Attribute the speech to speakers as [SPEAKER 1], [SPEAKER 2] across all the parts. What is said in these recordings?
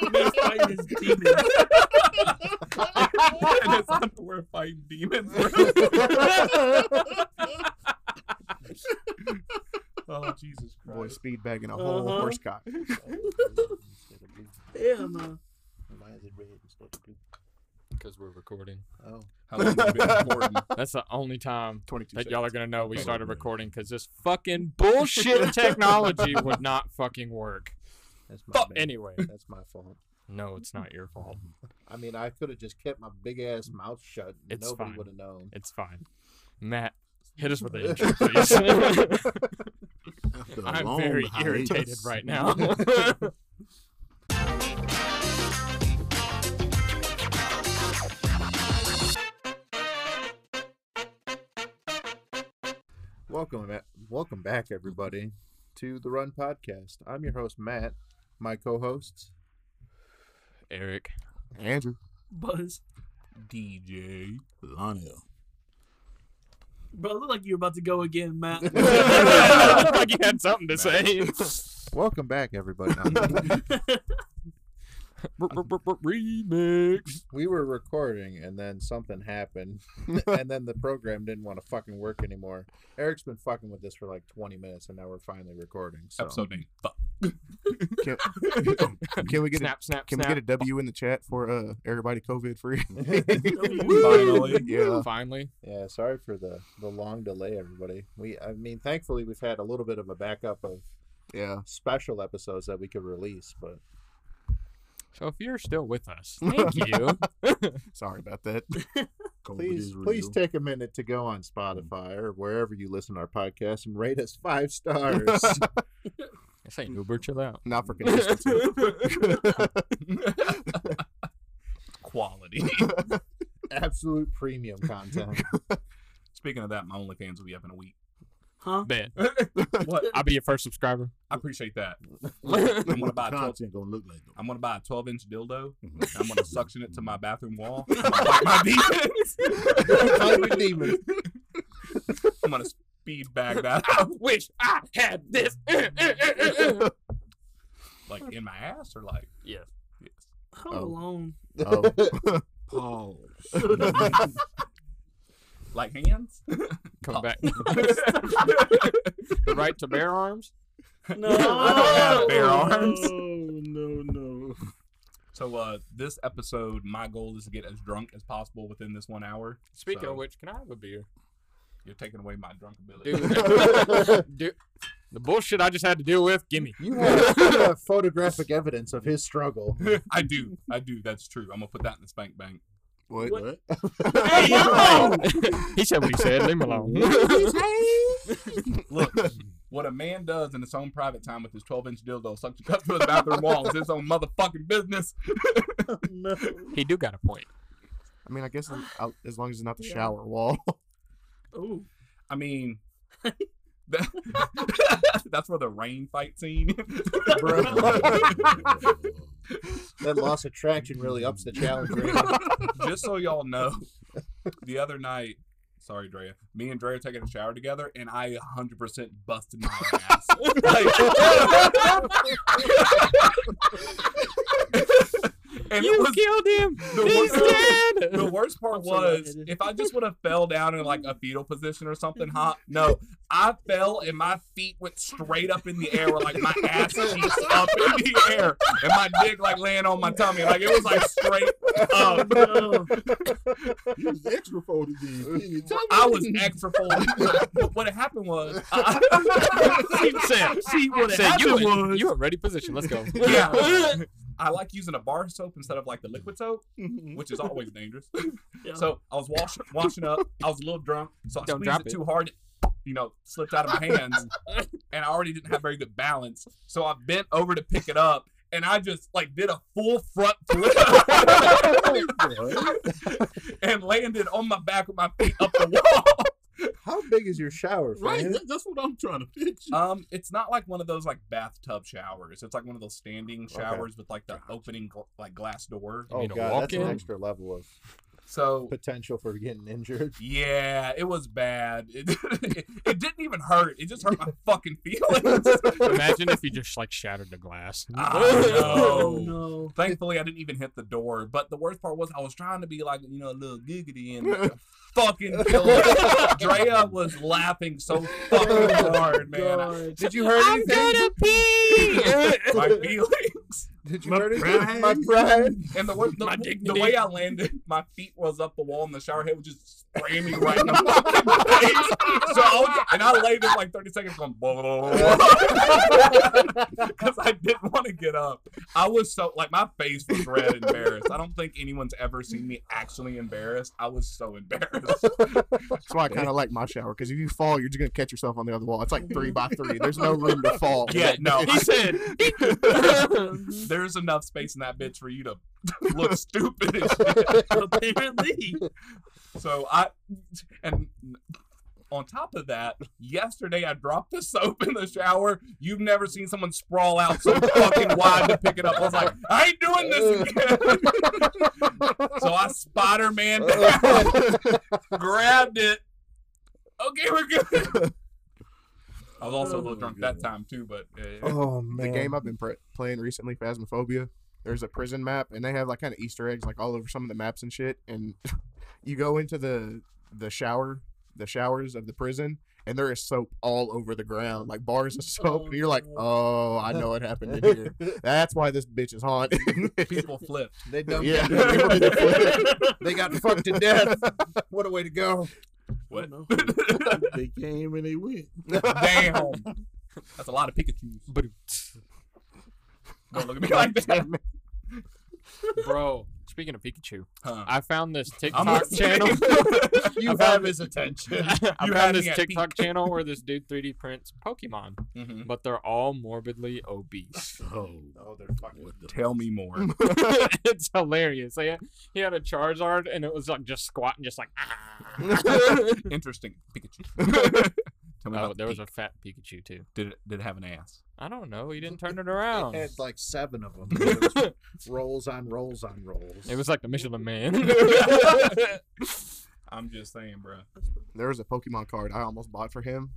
[SPEAKER 1] fighting his demons. and it's not that we're fighting demons. we're- oh Jesus
[SPEAKER 2] Boy,
[SPEAKER 1] Christ!
[SPEAKER 2] speed bagging a whole
[SPEAKER 1] Uh-huh.
[SPEAKER 2] horse cock.
[SPEAKER 1] Damn. Uh,
[SPEAKER 3] Why is it red instead of blue?
[SPEAKER 4] Because we're recording.
[SPEAKER 3] Oh,
[SPEAKER 1] how long have we been recording?
[SPEAKER 4] That's the only time
[SPEAKER 2] 22
[SPEAKER 4] that y'all are gonna know we
[SPEAKER 1] Okay.
[SPEAKER 4] started recording because this fucking bullshit technology would not fucking work.
[SPEAKER 3] that's my
[SPEAKER 4] But
[SPEAKER 3] bad.
[SPEAKER 4] anyway,
[SPEAKER 3] That's my fault.
[SPEAKER 4] no, it's not your fault.
[SPEAKER 3] I mean, I could have just kept my big ass mouth shut. and
[SPEAKER 4] It's
[SPEAKER 3] Nobody
[SPEAKER 4] fine.
[SPEAKER 3] would have known.
[SPEAKER 4] It's fine. Matt, hit us with the intro, please.
[SPEAKER 2] After a
[SPEAKER 4] I'm
[SPEAKER 2] long
[SPEAKER 4] very
[SPEAKER 2] hiatus.
[SPEAKER 4] irritated right now.
[SPEAKER 3] Welcome, Matt. Welcome back, everybody, to the Run Podcast. I'm your host, Matt. My co-hosts.
[SPEAKER 4] Eric,
[SPEAKER 2] Andrew,
[SPEAKER 1] Buzz,
[SPEAKER 2] DJ, Lonnie.
[SPEAKER 1] bro, it looked like you were about to go again, Matt.
[SPEAKER 4] like you had something to say.
[SPEAKER 3] Welcome back, everybody.
[SPEAKER 4] Remix.
[SPEAKER 3] we were recording, and then something happened, and then the program didn't want to fucking work anymore. Eric's been fucking with this for like 20 minutes, and now we're finally recording. So.
[SPEAKER 1] Episode name. Fuck.
[SPEAKER 2] Can, can we get a,
[SPEAKER 4] Snap, snap,
[SPEAKER 2] can we get a W in the chat for uh everybody COVID free?
[SPEAKER 4] Finally.
[SPEAKER 2] yeah.
[SPEAKER 4] Finally.
[SPEAKER 3] Yeah, sorry for the the long delay, everybody. We, I mean, thankfully we've had a little bit of a backup of
[SPEAKER 2] Yeah.
[SPEAKER 3] special episodes that we could release, but
[SPEAKER 4] So if you're still with us, thank you.
[SPEAKER 2] Sorry about that.
[SPEAKER 3] please, please take a minute to go on Spotify or wherever you listen to our podcast and rate us five stars.
[SPEAKER 4] This ain't Uber, chill out.
[SPEAKER 2] Not for consistency.
[SPEAKER 1] Quality.
[SPEAKER 3] Absolute premium content.
[SPEAKER 1] Speaking of that, my OnlyFans will be up in a week. Huh?
[SPEAKER 4] Bet.
[SPEAKER 1] What?
[SPEAKER 4] I'll be your first subscriber.
[SPEAKER 1] I appreciate that.
[SPEAKER 4] That's
[SPEAKER 1] I'm gonna buy a 12
[SPEAKER 5] content gonna look like though?
[SPEAKER 1] I'm gonna buy a 12 inch dildo.
[SPEAKER 3] Mm-hmm.
[SPEAKER 1] and I'm gonna suction it to my bathroom wall. I'm gonna fight my demons.
[SPEAKER 3] Fight the demons.
[SPEAKER 1] I'm gonna speed bag that
[SPEAKER 4] I wish I had this.
[SPEAKER 1] like in my ass or like
[SPEAKER 4] Yes.
[SPEAKER 1] yes.
[SPEAKER 2] Oh.
[SPEAKER 6] alone.
[SPEAKER 2] Oh.
[SPEAKER 5] Pause.
[SPEAKER 1] like hands.
[SPEAKER 4] Come back. the right to bear arms.
[SPEAKER 6] No,
[SPEAKER 1] have bare arms.
[SPEAKER 6] No, no,
[SPEAKER 1] so uh, this episode, my goal is to get as drunk as possible within this one hour.
[SPEAKER 4] Speaking
[SPEAKER 1] So,
[SPEAKER 4] of which, can I have a beer?
[SPEAKER 1] you're taking away my drunk ability.
[SPEAKER 4] Dude, dude, the bullshit I just had to deal with, gimme.
[SPEAKER 3] You have, you have photographic evidence of his struggle.
[SPEAKER 1] I do, I do. That's true. I'm gonna put that in the spank bank.
[SPEAKER 2] What?
[SPEAKER 6] What?
[SPEAKER 4] he said what he said. Leave him alone.
[SPEAKER 1] Look, what a man does in his own private time with his 12 inch dildo suction cup to his bathroom wall is his own motherfucking business.
[SPEAKER 6] no.
[SPEAKER 4] he do got a point.
[SPEAKER 2] I mean, I guess I'll- as long as it's not the
[SPEAKER 6] Yeah.
[SPEAKER 2] shower wall.
[SPEAKER 6] Oh,
[SPEAKER 1] I mean, that, that's where the rain fight scene.
[SPEAKER 3] Bro. That loss of traction really ups the challenge rating.
[SPEAKER 1] Just so y'all know, the other night, sorry, Drea, me and Drea taking a shower together, and I 100% busted my ass. Like- and it
[SPEAKER 4] you
[SPEAKER 1] was
[SPEAKER 4] killed him.
[SPEAKER 1] the
[SPEAKER 4] He's
[SPEAKER 1] worst-
[SPEAKER 4] dead.
[SPEAKER 1] the worst part
[SPEAKER 6] I'm so glad
[SPEAKER 1] was
[SPEAKER 6] I did.
[SPEAKER 1] if I just would have fell down in like a fetal position or something.
[SPEAKER 6] Mm-hmm.
[SPEAKER 1] Huh? No, I fell and my feet went straight up in the air, where, like my ass cheeks up in the air, and my dick like laying on my tummy, like it was like straight up.
[SPEAKER 6] Oh, no.
[SPEAKER 5] You was extra folded then.
[SPEAKER 1] I was extra full. what happened was, I,
[SPEAKER 4] He said,
[SPEAKER 1] see what
[SPEAKER 4] said you, in, you in ready position. Let's go.
[SPEAKER 1] Yeah. I like using a bar soap instead of like the liquid soap, which is always dangerous.
[SPEAKER 6] Yeah.
[SPEAKER 1] So I was wash, washing up. I was a little drunk, so I
[SPEAKER 4] Don't
[SPEAKER 1] squeezed
[SPEAKER 4] drop
[SPEAKER 1] it,
[SPEAKER 4] it.
[SPEAKER 1] too hard. You know, slipped out of my hands, and I already didn't have very good balance. So I bent over to pick it up, and I just like did a full front flip and landed on my back with my feet up the wall.
[SPEAKER 3] How big is your shower,
[SPEAKER 5] Right,
[SPEAKER 3] friend?
[SPEAKER 5] that- that's what I'm trying to picture.
[SPEAKER 1] Um, it's not like one of those like bathtub showers. It's like one of those standing
[SPEAKER 3] Okay.
[SPEAKER 1] showers with like the opening gl- like glass door.
[SPEAKER 3] Oh
[SPEAKER 4] need to
[SPEAKER 3] god,
[SPEAKER 4] walk
[SPEAKER 3] that's
[SPEAKER 4] in?
[SPEAKER 3] an extra level of
[SPEAKER 1] So
[SPEAKER 3] potential for getting injured.
[SPEAKER 1] yeah, it was bad. It, it, it didn't even hurt. It just hurt my fucking feelings.
[SPEAKER 4] Imagine if you just like shattered the glass. Ah,
[SPEAKER 1] Oh, no.
[SPEAKER 6] no.
[SPEAKER 1] Thankfully, I didn't even hit the door. But the worst part was I was trying to be like, you know, a little giggity and fucking killer. Drea was laughing so fucking hard, man.
[SPEAKER 6] God.
[SPEAKER 3] Did you hurt anything?
[SPEAKER 1] My feelings
[SPEAKER 3] Did you
[SPEAKER 5] My
[SPEAKER 3] hurt anything? My
[SPEAKER 5] pride.
[SPEAKER 3] pride.
[SPEAKER 1] and the, wor-
[SPEAKER 4] My
[SPEAKER 1] the, the
[SPEAKER 4] dignity.
[SPEAKER 1] way I landed, my feet was up the wall, and the shower head was just spraying me right in the fucking face. So I was, and I laid there like thirty seconds going because I didn't want to get up. I was so like my face was red, embarrassed. I don't think anyone's ever seen me actually embarrassed. I was so embarrassed.
[SPEAKER 2] That's why I kind of like my shower because if you fall, you're just gonna catch yourself on the other wall. It's like three by three. There's no room to fall.
[SPEAKER 1] Yeah, no,
[SPEAKER 4] He said,
[SPEAKER 1] there's enough space in that bitch for you to look stupid as shit.
[SPEAKER 6] Apparently.
[SPEAKER 1] So I and on top of that, yesterday I dropped the soap in the shower. You've never seen someone sprawl out so fucking wide to pick it up. I was like, I ain't doing this again. so I Spider Man grabbed it. Okay, we're good. I was also a little drunk that time too, but uh,
[SPEAKER 3] oh
[SPEAKER 2] the
[SPEAKER 3] man.
[SPEAKER 2] game I've been pre- playing recently, Phasmophobia. There's a prison map, and they have like kind of Easter eggs like all over some of the maps and shit. And you go into the the shower, the showers of the prison, and there is soap all over the ground, like bars of soap.
[SPEAKER 6] Oh,
[SPEAKER 2] and you're like,
[SPEAKER 6] no.
[SPEAKER 2] oh, I know what happened to here. That's why this bitch is haunted.
[SPEAKER 1] people flipped.
[SPEAKER 3] They dumped
[SPEAKER 2] Yeah.
[SPEAKER 3] it. they got fucked to death. What a way to go.
[SPEAKER 1] What?
[SPEAKER 5] No. they came and they went.
[SPEAKER 1] Damn. That's a lot of Pikachu's.
[SPEAKER 4] but
[SPEAKER 1] Don't look at me like that.
[SPEAKER 4] bro. Speaking of Pikachu,
[SPEAKER 1] Huh.
[SPEAKER 4] I found this
[SPEAKER 1] I'm
[SPEAKER 4] TikTok
[SPEAKER 1] listening.
[SPEAKER 4] channel.
[SPEAKER 3] You
[SPEAKER 4] I've
[SPEAKER 3] have
[SPEAKER 4] had-
[SPEAKER 3] his attention.
[SPEAKER 4] I
[SPEAKER 1] You had
[SPEAKER 4] found
[SPEAKER 1] me
[SPEAKER 4] this
[SPEAKER 1] at
[SPEAKER 4] TikTok channel where this dude 3D prints Pokemon,
[SPEAKER 1] Mhm.
[SPEAKER 4] but they're all morbidly obese.
[SPEAKER 5] Oh,
[SPEAKER 3] Oh, they're fucking.
[SPEAKER 5] what the
[SPEAKER 1] Tell me more.
[SPEAKER 4] it's hilarious. He had, he had a Charizard and it was like just squatting, just like. "Ah."
[SPEAKER 1] Interesting Pikachu. Tell me
[SPEAKER 4] oh,
[SPEAKER 1] about
[SPEAKER 4] there
[SPEAKER 1] the
[SPEAKER 4] was
[SPEAKER 1] Pik-
[SPEAKER 4] a fat Pikachu too.
[SPEAKER 1] did it, did it have an ass?
[SPEAKER 4] I don't know. He didn't turn it
[SPEAKER 3] It
[SPEAKER 4] around.
[SPEAKER 3] had like seven of them. It was rolls on rolls on rolls.
[SPEAKER 4] It was like the Michelin Man.
[SPEAKER 1] I'm just saying, bro.
[SPEAKER 2] there was a Pokemon card I almost bought for him.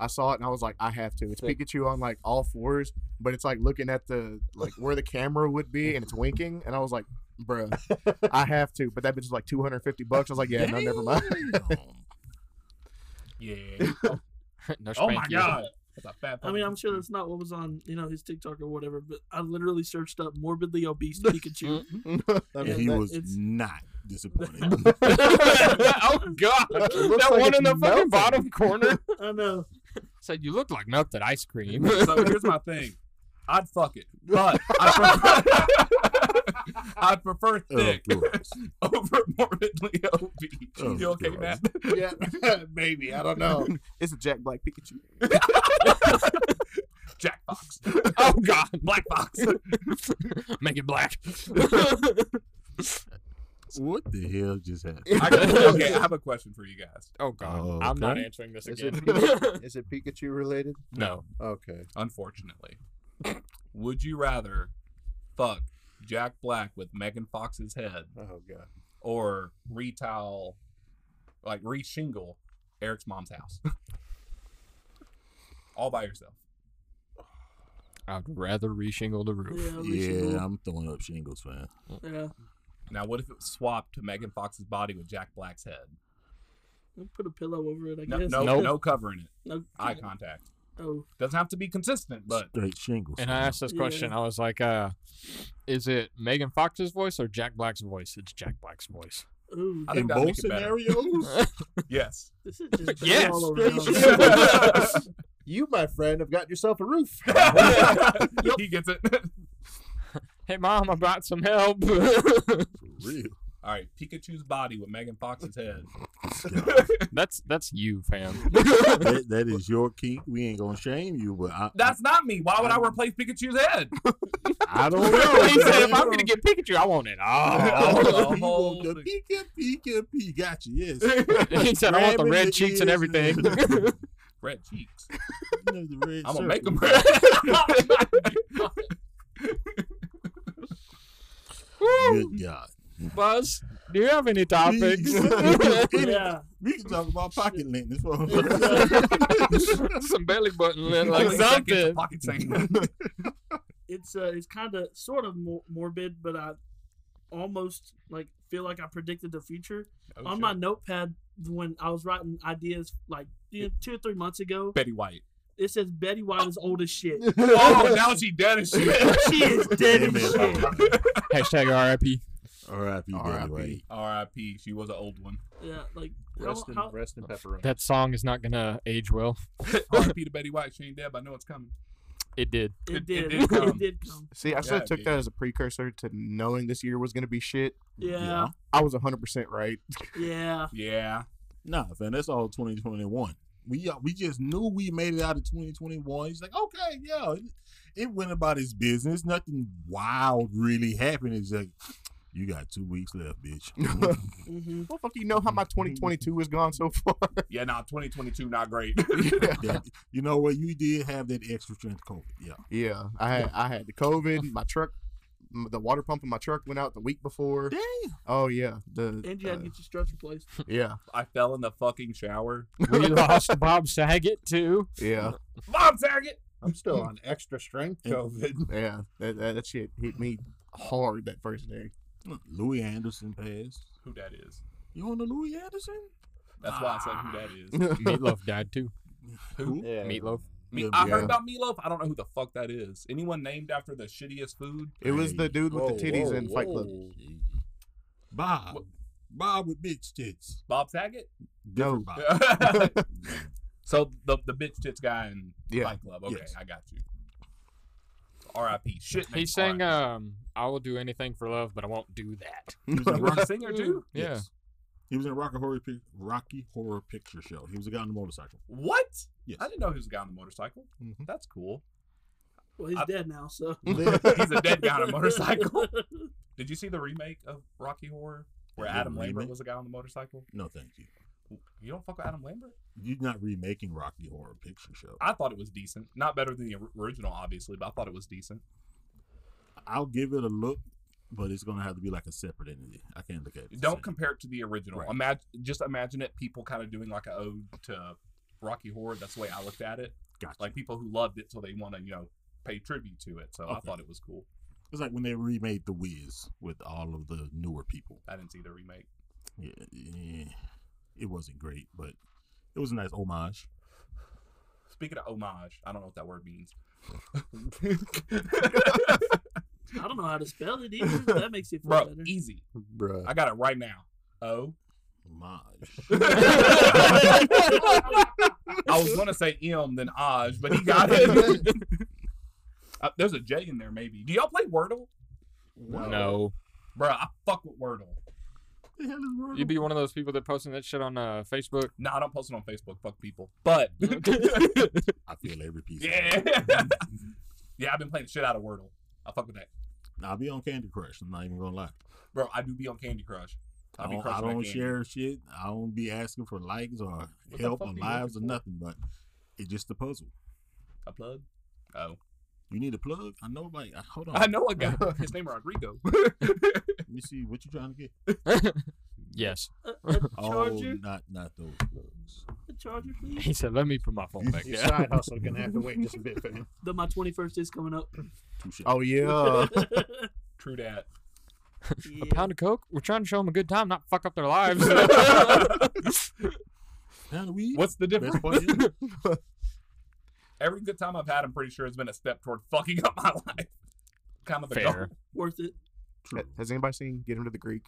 [SPEAKER 2] I saw it and I was like, I have to. It's Pikachu on like all fours, but it's like looking at the like where the camera would be and it's winking, and I was like, bruh, I have to. But that bitch was like 250 bucks. I was like, yeah, no, never mind.
[SPEAKER 1] yeah.
[SPEAKER 4] no
[SPEAKER 1] Oh my
[SPEAKER 4] spanky.
[SPEAKER 1] god. That's a fat
[SPEAKER 6] I mean,
[SPEAKER 1] fucking
[SPEAKER 6] I'm sure
[SPEAKER 1] Pikachu.
[SPEAKER 6] that's not what was on, you know, his TikTok or whatever, but I literally searched up morbidly obese Pikachu.
[SPEAKER 3] I
[SPEAKER 5] And
[SPEAKER 3] mean,
[SPEAKER 5] he
[SPEAKER 3] that-
[SPEAKER 5] was
[SPEAKER 6] it's-
[SPEAKER 5] not disappointed.
[SPEAKER 4] oh god!
[SPEAKER 3] It
[SPEAKER 4] That
[SPEAKER 3] looks like
[SPEAKER 4] one in
[SPEAKER 3] it's
[SPEAKER 4] the fucking
[SPEAKER 3] melting.
[SPEAKER 4] bottom corner
[SPEAKER 6] I know.
[SPEAKER 4] said, "You look like melted ice cream."
[SPEAKER 1] so here's my thing. I'd fuck it, but I prefer, I prefer
[SPEAKER 5] Oh,
[SPEAKER 2] Oh,
[SPEAKER 1] thick
[SPEAKER 5] Of course.
[SPEAKER 1] over morbidly obese.
[SPEAKER 5] Of
[SPEAKER 1] you okay,
[SPEAKER 5] course.
[SPEAKER 1] Matt?
[SPEAKER 3] yeah, Oh, maybe I don't know.
[SPEAKER 2] It's a Jack Black Pikachu.
[SPEAKER 1] Jack Fox,
[SPEAKER 4] oh god!
[SPEAKER 1] Black Fox.
[SPEAKER 4] Make it black.
[SPEAKER 5] What the hell just happened?
[SPEAKER 1] I, okay, I have a question for you guys.
[SPEAKER 4] oh god!
[SPEAKER 5] Oh,
[SPEAKER 4] I'm not
[SPEAKER 5] okay.
[SPEAKER 4] answering this
[SPEAKER 3] Is it
[SPEAKER 4] again.
[SPEAKER 3] Pikachu, is it Pikachu related?
[SPEAKER 4] no.
[SPEAKER 3] Okay.
[SPEAKER 1] unfortunately. Would you rather fuck Jack Black with Megan Fox's head
[SPEAKER 3] Oh god.
[SPEAKER 1] or retile, like reshingle Eric's mom's house? All by yourself.
[SPEAKER 4] I'd rather reshingle the
[SPEAKER 6] Yeah,
[SPEAKER 4] roof.
[SPEAKER 5] Yeah,
[SPEAKER 6] yeah.
[SPEAKER 5] I'm throwing up shingles, man.
[SPEAKER 6] yeah.
[SPEAKER 1] Now, what if it was swapped to Megan Fox's body with Jack Black's head?
[SPEAKER 6] Put a pillow over it, I
[SPEAKER 1] No,
[SPEAKER 6] guess.
[SPEAKER 1] no,
[SPEAKER 4] Nope.
[SPEAKER 1] no covering it.
[SPEAKER 6] no.
[SPEAKER 1] Eye contact.
[SPEAKER 6] Oh,
[SPEAKER 1] Doesn't have to be consistent, but
[SPEAKER 5] Straight shingles.
[SPEAKER 4] And I
[SPEAKER 5] man.
[SPEAKER 4] asked this question. I was like, uh, "Is it Megan Fox's voice or Jack Black's voice?" It's Jack Black's voice.
[SPEAKER 6] ooh.
[SPEAKER 1] I
[SPEAKER 5] in
[SPEAKER 1] think that'd
[SPEAKER 5] both
[SPEAKER 1] make it better.
[SPEAKER 5] scenarios,
[SPEAKER 1] Yes.
[SPEAKER 6] This is just
[SPEAKER 4] Yes.
[SPEAKER 6] yes. all over
[SPEAKER 3] You, my friend, have got yourself a roof.
[SPEAKER 1] He gets it.
[SPEAKER 4] Hey, mom, I brought some help.
[SPEAKER 5] for real.
[SPEAKER 1] All right, Pikachu's body with Megan Fox's head.
[SPEAKER 4] that's that's you, fam.
[SPEAKER 5] That, that is your kink. We ain't gonna shame you, but I,
[SPEAKER 1] That's not me. Why would I replace Pikachu's head?
[SPEAKER 5] I don't know.
[SPEAKER 4] he said, "If
[SPEAKER 5] man.
[SPEAKER 4] I'm gonna get Pikachu, I want it all."
[SPEAKER 1] Oh, the
[SPEAKER 5] he
[SPEAKER 1] whole
[SPEAKER 5] want the
[SPEAKER 1] thing.
[SPEAKER 5] Pika Pika Pika. Gotcha. Yes.
[SPEAKER 4] he said, "I want the
[SPEAKER 5] Grabbing
[SPEAKER 4] red
[SPEAKER 5] the
[SPEAKER 4] cheeks and
[SPEAKER 5] ears
[SPEAKER 4] everything."
[SPEAKER 1] Red cheeks.
[SPEAKER 5] You know, the red
[SPEAKER 1] I'm gonna make them
[SPEAKER 5] circle.
[SPEAKER 1] red.
[SPEAKER 4] Woo!
[SPEAKER 5] Good God.
[SPEAKER 4] Buzz, Do you have any topics?
[SPEAKER 6] Yeah. uh,
[SPEAKER 5] we can talk about pocket lint. This one.
[SPEAKER 4] Some belly button lint,
[SPEAKER 1] Like
[SPEAKER 4] like
[SPEAKER 1] something.
[SPEAKER 4] something.
[SPEAKER 1] Pocket saying.
[SPEAKER 6] it's uh, it's kind of sort of mor- morbid, but I almost like feel like I predicted the future
[SPEAKER 1] Oh,
[SPEAKER 6] on my notepad when I was writing ideas like you know, two or three months ago.
[SPEAKER 1] Betty White.
[SPEAKER 6] It says Betty White is old as shit.
[SPEAKER 1] Oh, now she dead as shit.
[SPEAKER 6] she is dead as
[SPEAKER 5] Damn
[SPEAKER 6] shit.
[SPEAKER 5] it.
[SPEAKER 4] Hashtag RIP.
[SPEAKER 5] R.I.P.
[SPEAKER 2] R.I.P..
[SPEAKER 5] Anyway.
[SPEAKER 1] R.I.P. She was an old one.
[SPEAKER 6] Yeah, like how,
[SPEAKER 3] Rest in,
[SPEAKER 6] how,
[SPEAKER 3] rest in pepperoni.
[SPEAKER 4] That song is not gonna age well.
[SPEAKER 1] R.I.P. to Betty White. She ain't dead, but I know it's coming.
[SPEAKER 4] It did.
[SPEAKER 6] it,
[SPEAKER 1] it
[SPEAKER 6] did,
[SPEAKER 1] did
[SPEAKER 6] it
[SPEAKER 1] come.
[SPEAKER 6] did come.
[SPEAKER 2] See, I sort
[SPEAKER 1] Yeah,
[SPEAKER 2] of took
[SPEAKER 1] dude.
[SPEAKER 2] that as a precursor to knowing this year was going to be shit.
[SPEAKER 6] Yeah,
[SPEAKER 2] I was 100% right.
[SPEAKER 6] yeah.
[SPEAKER 1] Yeah.
[SPEAKER 5] Nah, fam, that's all 2021. We uh, we just knew we made it out of 2021. He's like, okay, yeah, it, it went about its business. Nothing wild really happened. It's like, you got two weeks left, bitch.
[SPEAKER 6] hmm
[SPEAKER 2] Well, fuck, you know how my 2022 has gone so far.
[SPEAKER 1] Yeah, nah, 2022, not great.
[SPEAKER 5] That- you know what? You did have that extra strength COVID. Yeah,
[SPEAKER 2] yeah, I had I had the COVID. My truck, m- the water pump in my truck went out the week before.
[SPEAKER 5] Damn.
[SPEAKER 2] Oh yeah, the
[SPEAKER 6] And you had
[SPEAKER 2] uh,
[SPEAKER 6] to get your struts replaced.
[SPEAKER 2] yeah
[SPEAKER 1] I fell in the fucking shower.
[SPEAKER 4] We lost Bob Saget too.
[SPEAKER 2] yeah
[SPEAKER 1] Bob Saget!
[SPEAKER 3] I'm still on extra strength COVID.
[SPEAKER 2] yeah that, that, that shit hit me hard that first day.
[SPEAKER 5] Louis Anderson passed.
[SPEAKER 1] Who that is.
[SPEAKER 5] You on the Louis Anderson?
[SPEAKER 1] That's why I said who that is.
[SPEAKER 4] Meatloaf died too.
[SPEAKER 1] Who?
[SPEAKER 3] Yeah.
[SPEAKER 4] Meatloaf.
[SPEAKER 1] Me-
[SPEAKER 5] Yeah,
[SPEAKER 1] I heard
[SPEAKER 5] yeah.
[SPEAKER 1] about meatloaf. I don't know who the fuck that is. Anyone named after the shittiest food?
[SPEAKER 2] It was the
[SPEAKER 5] Hey.
[SPEAKER 2] dude with
[SPEAKER 3] Whoa,
[SPEAKER 2] the titties
[SPEAKER 3] whoa,
[SPEAKER 2] in Fight Club.
[SPEAKER 3] whoa.
[SPEAKER 5] Bob.
[SPEAKER 1] What?
[SPEAKER 5] Bob with bitch tits.
[SPEAKER 1] Bob Saget?
[SPEAKER 5] Different Bob.
[SPEAKER 1] so the the bitch tits guy in
[SPEAKER 2] Yeah.
[SPEAKER 1] Fight Club. Okay,
[SPEAKER 5] Yes.
[SPEAKER 1] I got you. R.I.P. Shit.
[SPEAKER 4] He
[SPEAKER 1] name,
[SPEAKER 4] sang,
[SPEAKER 1] R.I.P..
[SPEAKER 4] um, "I will do anything for love, but I won't do that."
[SPEAKER 5] He was in
[SPEAKER 1] He was a singer too.
[SPEAKER 4] Yeah.
[SPEAKER 5] Yes. He was in Rocky Horror, Pic- Rocky Horror Picture Show. He was a guy on the motorcycle.
[SPEAKER 1] What?
[SPEAKER 5] Yes.
[SPEAKER 1] I didn't know he was a guy on the motorcycle.
[SPEAKER 5] Mhm.
[SPEAKER 1] That's cool.
[SPEAKER 6] Well, he's
[SPEAKER 1] I-
[SPEAKER 6] dead now, so.
[SPEAKER 1] He's a dead guy on a motorcycle. Did you see the remake of Rocky Horror where
[SPEAKER 5] The
[SPEAKER 1] Adam Lambert
[SPEAKER 5] remake?
[SPEAKER 1] was a guy on the motorcycle?
[SPEAKER 5] No, thank you.
[SPEAKER 1] You don't fuck with Adam Lambert?
[SPEAKER 5] You're not remaking Rocky Horror Picture Show.
[SPEAKER 1] I thought it was decent. Not better than the or- original, obviously, but I thought it was decent.
[SPEAKER 5] I'll give it a look, but it's gonna have to be like a separate entity. I can't look at it. the
[SPEAKER 1] Don't
[SPEAKER 5] same.
[SPEAKER 1] compare it to the original.
[SPEAKER 5] Right.
[SPEAKER 1] Imagine, just imagine it. People kind of doing like a ode to Rocky Horror. That's the way I looked at it.
[SPEAKER 5] Gotcha.
[SPEAKER 1] Like people who loved it, so they want to, you know, pay tribute to it. So I
[SPEAKER 5] Okay.
[SPEAKER 1] thought it was cool.
[SPEAKER 5] it's like when they remade The Wiz with all of the newer people.
[SPEAKER 1] I didn't see the remake.
[SPEAKER 5] Yeah, yeah. it wasn't great, but it was a nice homage.
[SPEAKER 1] Speaking of homage, I don't know what that word means.
[SPEAKER 6] I don't know how to spell it either. That makes it feel
[SPEAKER 1] Bro,
[SPEAKER 6] better.
[SPEAKER 1] easy.
[SPEAKER 2] Bruh.
[SPEAKER 1] I got it right now. Oh.
[SPEAKER 5] Homage.
[SPEAKER 1] I was gonna say M then Aj, but he got it. Uh, there's a J in there, maybe. Do y'all play Wordle,
[SPEAKER 4] No,
[SPEAKER 1] Bruh, I fuck with Wordle.
[SPEAKER 5] The hell is wrong?
[SPEAKER 4] you'd be one of those people that posting that shit on uh, Facebook.
[SPEAKER 1] Nah, I don't post it on Facebook. Fuck people. But
[SPEAKER 5] I feel every piece. of it.
[SPEAKER 1] yeah, yeah, I've been playing the shit out of Wordle. I fuck with that,
[SPEAKER 5] I'll be on Candy Crush. I'm not even gonna lie.
[SPEAKER 1] bro. I do be on Candy Crush.
[SPEAKER 5] I
[SPEAKER 1] I be
[SPEAKER 5] don't, Oh, I
[SPEAKER 1] crushing that
[SPEAKER 5] don't
[SPEAKER 1] candy.
[SPEAKER 5] share shit. I don't be asking for likes or
[SPEAKER 1] the
[SPEAKER 5] help
[SPEAKER 1] fuck
[SPEAKER 5] or
[SPEAKER 1] are you
[SPEAKER 5] lives or
[SPEAKER 1] looking for?
[SPEAKER 5] nothing, but it's just a puzzle.
[SPEAKER 1] A plug. Oh,
[SPEAKER 5] You need a plug? I know, like, I- hold on.
[SPEAKER 1] I know a guy. His name Rodrigo.
[SPEAKER 5] Let me see what you trying to get.
[SPEAKER 4] Yes,
[SPEAKER 6] A, a
[SPEAKER 5] Oh,
[SPEAKER 6] charger?
[SPEAKER 5] not not those plugs.
[SPEAKER 6] A charger, please?
[SPEAKER 4] he said, "Let me put my phone back
[SPEAKER 3] Your
[SPEAKER 4] down."
[SPEAKER 3] side hustle gonna have to wait just a bit for him.
[SPEAKER 6] Though my 21st is coming up.
[SPEAKER 5] Touche.
[SPEAKER 2] Oh yeah.
[SPEAKER 1] True dat.
[SPEAKER 4] A
[SPEAKER 6] Yeah.
[SPEAKER 4] pound of coke. We're trying to show them a good time, not fuck up their lives.
[SPEAKER 5] Pound of weed.
[SPEAKER 1] What's the difference?
[SPEAKER 5] Best part is,
[SPEAKER 1] Every good time I've had, I'm pretty sure it's been a step toward fucking up my life. Kind of the goal.
[SPEAKER 4] Fair.
[SPEAKER 6] Worth it.
[SPEAKER 5] True.
[SPEAKER 2] Has anybody seen Get Him to the Greek?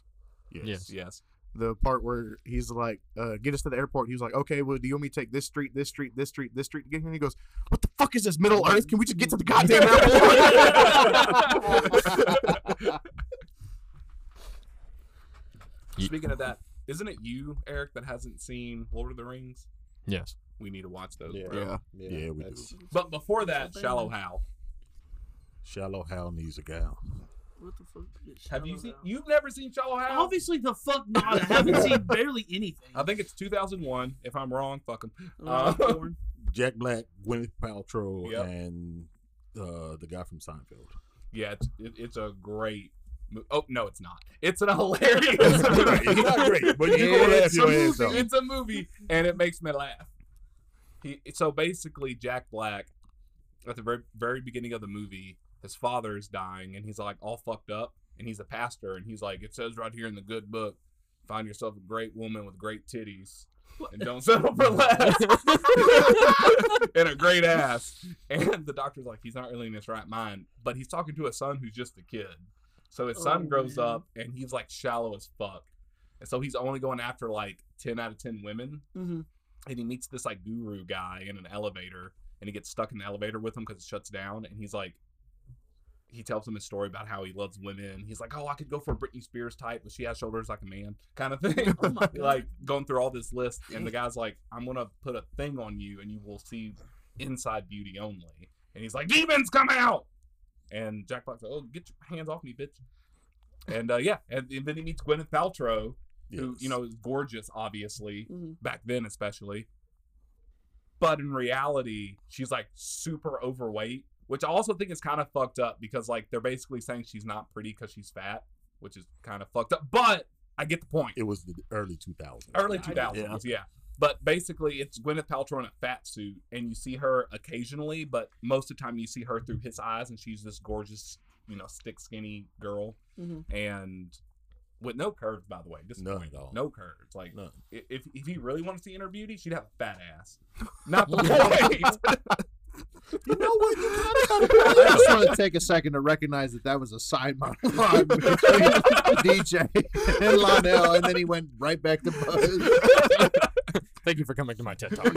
[SPEAKER 5] Yes.
[SPEAKER 4] Yes.
[SPEAKER 1] Yes.
[SPEAKER 2] The part where he's like, uh, "Get us to the airport." He was like, "Okay, well, do you want me to take this street, this street, this street, this street to get here?" And he goes, "What the fuck is this Middle Earth? Can we just get to the goddamn airport?"
[SPEAKER 4] Ye-
[SPEAKER 1] Speaking of that, isn't it you, Eric, that hasn't seen Lord of the Rings?
[SPEAKER 4] Yes.
[SPEAKER 1] We need to watch those.
[SPEAKER 3] Yeah.
[SPEAKER 1] Bro.
[SPEAKER 2] yeah,
[SPEAKER 5] Yeah, we
[SPEAKER 3] that's-
[SPEAKER 1] But before that,
[SPEAKER 6] Something.
[SPEAKER 1] Shallow Hal.
[SPEAKER 5] Shallow Hal needs a gal.
[SPEAKER 6] What the fuck? is
[SPEAKER 1] Have you
[SPEAKER 6] Shallow
[SPEAKER 1] seen?
[SPEAKER 6] Hal?
[SPEAKER 1] You've never seen Shallow Hal?
[SPEAKER 6] Obviously, the fuck not. I haven't seen barely anything.
[SPEAKER 1] I think it's 2001. If I'm wrong, fuck him.
[SPEAKER 6] Uh,
[SPEAKER 1] Uh,
[SPEAKER 6] porn.
[SPEAKER 5] Jack Black, Gwyneth Paltrow,
[SPEAKER 1] Yep.
[SPEAKER 5] and uh, the guy from Seinfeld.
[SPEAKER 1] Yeah, it's, it, it's a great mo- Oh no, it's not. It's an hilarious
[SPEAKER 5] it's
[SPEAKER 1] movie.
[SPEAKER 5] not great, but you gonna laugh
[SPEAKER 1] it's, a
[SPEAKER 5] your ass
[SPEAKER 1] movie.
[SPEAKER 5] off.
[SPEAKER 1] it's a movie, and it makes me laugh. He, so basically, Jack Black, at the very, very beginning of the movie, his father is dying, and he's like all fucked up, and he's a pastor, and he's like, it says right here in the good book, find yourself a great woman with great titties. And don't settle for less. and a great ass. And the doctor's like, he's not really in his right mind, but he's talking to a son who's just a kid. So his son
[SPEAKER 6] Oh,
[SPEAKER 1] grows
[SPEAKER 6] man.
[SPEAKER 1] up and he's like shallow as fuck. And so he's only going after like 10 out of 10 women.
[SPEAKER 6] Mhm.
[SPEAKER 1] And he meets this like guru guy in an elevator and he gets stuck in the elevator with him because it shuts down. And he's like, he tells him his story about how he loves women. He's like, oh, I could go for a Britney Spears type, but she has shoulders like a man, kind of thing.
[SPEAKER 6] Oh my God.
[SPEAKER 1] like going through all this list. And the guy's like, I'm going to put a thing on you and you will see inside beauty only. And he's like, demons come out. And Jack Black's like, oh, get your hands off me, bitch. And uh, yeah, and, and then he meets Gwyneth Paltrow, who you
[SPEAKER 5] Yes.
[SPEAKER 1] know is gorgeous, obviously
[SPEAKER 6] Mhm.
[SPEAKER 1] back then, especially. But in reality, she's like super overweight, which I also think is kind of fucked up because like they're basically saying she's not pretty because she's fat, which is kind of fucked up. But I get the point.
[SPEAKER 5] It was the early 2000s.
[SPEAKER 1] Early
[SPEAKER 6] Yeah, I
[SPEAKER 1] two
[SPEAKER 6] get-
[SPEAKER 1] thousands, yeah. But basically, it's Gwyneth Paltrow in a fat suit, and you see her occasionally, but most of the time you see her through his eyes, and she's this gorgeous, you know, stick skinny girl,
[SPEAKER 6] Mhm.
[SPEAKER 1] and with no curves, by the way, just
[SPEAKER 5] None at all.
[SPEAKER 1] no curves. Like
[SPEAKER 5] None.
[SPEAKER 1] i- if if he really wanted to see inner beauty, she'd have a fat ass. Not the point.
[SPEAKER 3] You know what? You kind of got a point. I just want to take a second to recognize that that was a side monologue between DJ and Lionel, and then he went right back to Buzz.
[SPEAKER 4] Thank you for coming to my TED talk.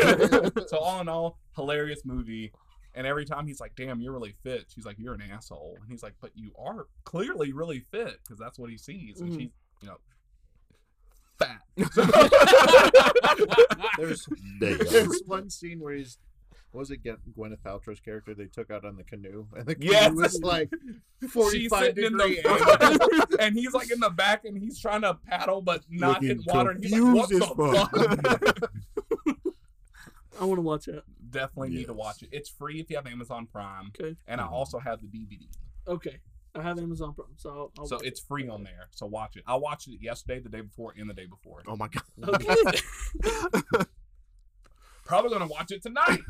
[SPEAKER 1] so all in all, hilarious movie. And every time he's like, "Damn, you're really fit." She's like, "You're an asshole." And he's like, "But you are clearly really fit because that's what he sees." And
[SPEAKER 6] Mhm.
[SPEAKER 1] she's, you know, fat.
[SPEAKER 3] There's
[SPEAKER 5] There you go.
[SPEAKER 3] there's one scene where he's what was it Gwen- Gwyneth Paltrow's character they took out on the canoe, and the canoe
[SPEAKER 1] Yes.
[SPEAKER 3] was like
[SPEAKER 1] She's
[SPEAKER 3] 45
[SPEAKER 1] sitting in
[SPEAKER 3] degree angle.
[SPEAKER 1] the front, and he's like in the back, and he's trying to paddle but not
[SPEAKER 5] Looking
[SPEAKER 1] in water. And he's like, "What the
[SPEAKER 5] confused as
[SPEAKER 1] fuck?"
[SPEAKER 6] I want to watch it.
[SPEAKER 1] Definitely need to
[SPEAKER 5] Yes.
[SPEAKER 1] watch it. It's free if you have Amazon Prime,
[SPEAKER 6] Okay.
[SPEAKER 1] and I
[SPEAKER 5] Mhm.
[SPEAKER 1] also have the DVD.
[SPEAKER 6] Okay. I have Amazon Prime, so I'll, I'll
[SPEAKER 1] so
[SPEAKER 6] watch
[SPEAKER 1] it's free on there. So watch it. I watched it yesterday, the day before, and the day before.
[SPEAKER 2] Oh my god.
[SPEAKER 6] it. Okay.
[SPEAKER 1] Probably gonna watch it tonight.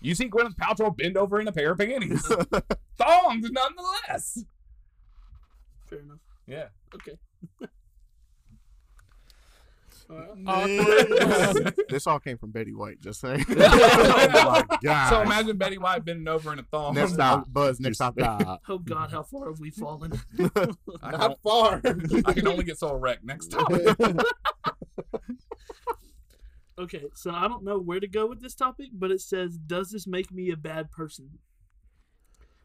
[SPEAKER 1] you see Gwyneth Paltrow bend over in a pair of panties, thongs nonetheless.
[SPEAKER 6] Fair enough.
[SPEAKER 1] Yeah.
[SPEAKER 6] Okay. All right.
[SPEAKER 2] This all came from Betty White. Just saying.
[SPEAKER 1] so
[SPEAKER 5] God.
[SPEAKER 1] imagine Betty White bending over in a thong.
[SPEAKER 2] next
[SPEAKER 5] Stop.
[SPEAKER 2] stop. Buzz. Next
[SPEAKER 5] Just
[SPEAKER 2] topic.
[SPEAKER 5] stop.
[SPEAKER 6] Oh God, how far have we fallen?
[SPEAKER 1] I can,
[SPEAKER 3] Not far.
[SPEAKER 1] I can only get so erect next time.
[SPEAKER 6] Okay, so I don't know where to go with this topic, but it says, "Does this make me a bad person?"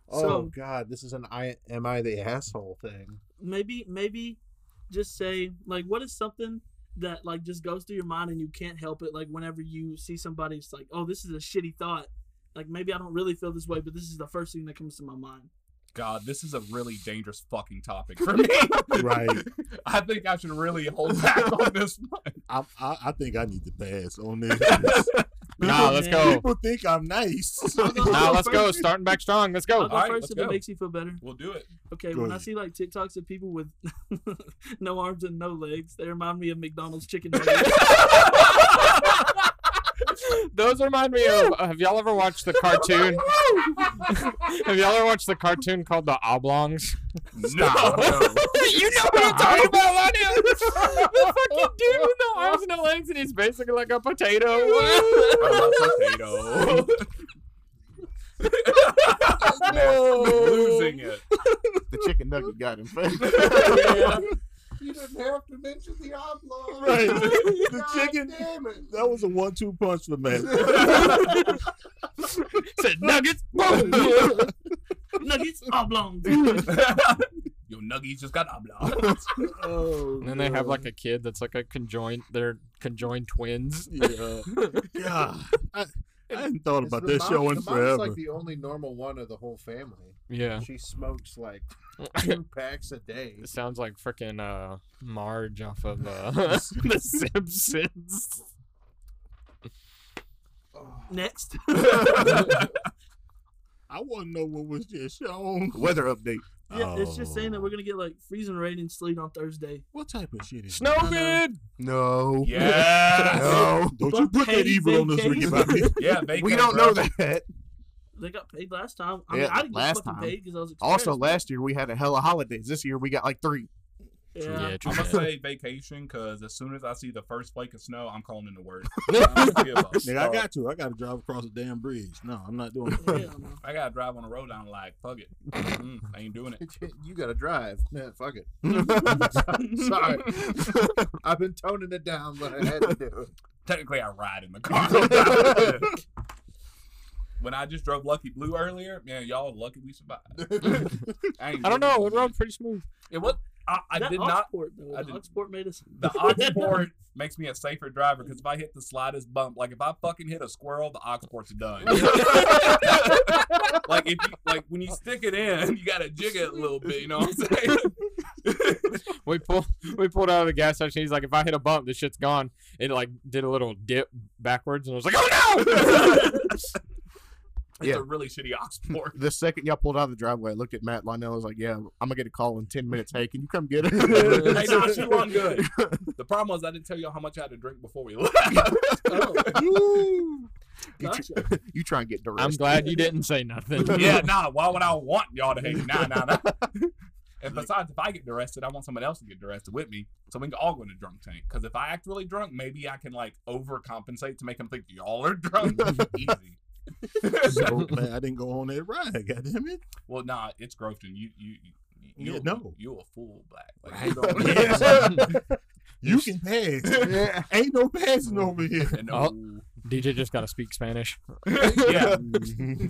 [SPEAKER 3] oh
[SPEAKER 6] So-
[SPEAKER 3] God, this is an I am I the asshole thing.
[SPEAKER 6] Maybe, maybe, just say like, what is something that like just goes through your mind and you can't help it? Like whenever you see somebody, it's like, "Oh, this is a shitty thought." Like maybe I don't really feel this way, but this is the first thing that comes to my mind.
[SPEAKER 1] God, this is a really dangerous fucking topic for me.
[SPEAKER 5] Right.
[SPEAKER 1] I think I should really hold back on this one.
[SPEAKER 5] I, I, I think I need to pass on this.
[SPEAKER 4] Nah, let's go.
[SPEAKER 5] People think I'm nice.
[SPEAKER 4] Nah, let's go. Starting back strong. Let's
[SPEAKER 6] I'll
[SPEAKER 4] go.
[SPEAKER 6] go
[SPEAKER 1] All right,
[SPEAKER 6] first
[SPEAKER 1] let's
[SPEAKER 6] if
[SPEAKER 1] go.
[SPEAKER 6] it makes you feel better.
[SPEAKER 1] We'll do it.
[SPEAKER 6] Okay,
[SPEAKER 5] Go
[SPEAKER 6] when I
[SPEAKER 5] ahead.
[SPEAKER 6] see like TikToks of people with no arms and no legs, they remind me of McDonald's chicken nuggets.
[SPEAKER 4] Those remind me of. Have y'all ever watched the cartoon? have y'all ever watched the cartoon called The Oblongs?
[SPEAKER 1] Stop.
[SPEAKER 4] you know what I'm talking about, Lionel. the fucking dude with no arms and no legs, and he's basically like a potato.
[SPEAKER 1] potato. Losing it.
[SPEAKER 2] The chicken nugget got him.
[SPEAKER 3] You didn't have to mention the oblong.
[SPEAKER 5] Right. The
[SPEAKER 3] God
[SPEAKER 5] chicken.
[SPEAKER 3] Damn it.
[SPEAKER 5] That was a one-two punch for me.
[SPEAKER 4] Said nuggets. Boom.
[SPEAKER 6] nuggets oblong.
[SPEAKER 1] Your nuggies just got oblong.
[SPEAKER 3] Oh,
[SPEAKER 4] And then they have like a kid that's like a conjoined, they're conjoined twins.
[SPEAKER 5] Yeah. God. I, I hadn't thought
[SPEAKER 3] It's
[SPEAKER 5] about
[SPEAKER 3] the
[SPEAKER 5] that
[SPEAKER 3] mom-
[SPEAKER 5] show in
[SPEAKER 3] the
[SPEAKER 5] forever.
[SPEAKER 3] Mom's like the only normal one of the whole family.
[SPEAKER 4] Yeah.
[SPEAKER 3] She smokes like two packs a day.
[SPEAKER 4] It sounds like freaking uh, Marge off of uh, The Simpsons.
[SPEAKER 3] Oh,
[SPEAKER 6] Next.
[SPEAKER 5] I want to know what was just shown.
[SPEAKER 2] Weather update.
[SPEAKER 6] Yeah, it's just saying that we're
[SPEAKER 5] Oh.
[SPEAKER 6] gonna get like freezing rain and sleet on Thursday.
[SPEAKER 5] What type of shit is that?
[SPEAKER 4] Snowvid.
[SPEAKER 2] No.
[SPEAKER 1] Yes.
[SPEAKER 2] No.
[SPEAKER 5] Don't you put that
[SPEAKER 6] Buckhead
[SPEAKER 5] evil on us,
[SPEAKER 6] vacation.
[SPEAKER 5] Ricky Bobby.
[SPEAKER 1] Yeah, they
[SPEAKER 2] We
[SPEAKER 1] come,
[SPEAKER 2] don't
[SPEAKER 1] bro.
[SPEAKER 2] know that.
[SPEAKER 6] They got paid last time. I mean,
[SPEAKER 2] Yeah,
[SPEAKER 6] I didn't
[SPEAKER 2] last
[SPEAKER 6] get fucking
[SPEAKER 2] time.
[SPEAKER 6] paid because I was
[SPEAKER 2] Also,
[SPEAKER 6] expressed.
[SPEAKER 2] last year we had a hell of holidays. This year we got like three.
[SPEAKER 6] yeah.
[SPEAKER 4] Yeah, true.
[SPEAKER 1] I'm gonna
[SPEAKER 4] that.
[SPEAKER 1] say vacation because as soon as I see the first flake of snow, I'm calling in the word.
[SPEAKER 5] Nigga, I got to. I got to drive across the damn bridge. No, I'm not doing
[SPEAKER 6] yeah.
[SPEAKER 5] it.
[SPEAKER 6] I know.
[SPEAKER 1] I gotta drive on the road. I'm like, fuck it, Mm, I ain't doing it.
[SPEAKER 3] you gotta drive. Man, fuck it. Sorry. I've been toning it down, but I had to do it.
[SPEAKER 1] Technically, I ride in the car. when I just drove Lucky Blue earlier, man, y'all lucky we survived. I, ain't
[SPEAKER 4] I don't
[SPEAKER 1] doing
[SPEAKER 4] know. It rode pretty smooth.
[SPEAKER 1] It was. I, I
[SPEAKER 6] That
[SPEAKER 1] did not.
[SPEAKER 6] Oxport, though,
[SPEAKER 1] I
[SPEAKER 6] the
[SPEAKER 1] didn't-
[SPEAKER 6] Oxport made us.
[SPEAKER 1] The Oxport makes me a safer driver because if I hit the slightest bump, like if I fucking hit a squirrel, the Oxport's done. like if you, like when you stick it in, you gotta jig it a little bit. You know what I'm saying?
[SPEAKER 4] We pulled we pulled out of the gas station. He's like, if I hit a bump, this shit's gone. It like did a little dip backwards, and I was like, oh no!
[SPEAKER 1] It's
[SPEAKER 2] Yeah.
[SPEAKER 1] a really shitty Oxport.
[SPEAKER 2] The second y'all pulled out of the driveway, I looked at Matt Lionel. I was like, "Yeah, I'm gonna get a call in ten minutes. Hey, can you come get
[SPEAKER 1] hey,
[SPEAKER 2] it?"
[SPEAKER 1] nah, she run good. The problem was I didn't tell y'all how much I had to drink before we left.
[SPEAKER 6] Oh,
[SPEAKER 2] You, tr-
[SPEAKER 6] gotcha.
[SPEAKER 2] you try and get the
[SPEAKER 4] I'm
[SPEAKER 2] rest.
[SPEAKER 4] glad you didn't say nothing.
[SPEAKER 1] yeah, nah. Why would I want y'all to hate me? Nah, nah, nah. And besides, if I get arrested, I want someone else to get arrested with me, so we can all go in a drunk tank. Because if I act really drunk, maybe I can like overcompensate to make them think y'all are drunk. Easy.
[SPEAKER 5] so glad I didn't go on that ride. God damn it.
[SPEAKER 1] Well, nah, it's Groveton. You, you, you, you
[SPEAKER 5] Yeah, no.
[SPEAKER 1] you a fool, black. Like,
[SPEAKER 5] Right.
[SPEAKER 1] you don't-
[SPEAKER 5] You can pass.
[SPEAKER 2] Yeah.
[SPEAKER 5] Ain't no passing over here.
[SPEAKER 1] and,
[SPEAKER 4] Oh.
[SPEAKER 1] ooh.
[SPEAKER 4] DJ just gotta speak Spanish.
[SPEAKER 1] yeah,
[SPEAKER 5] Mm.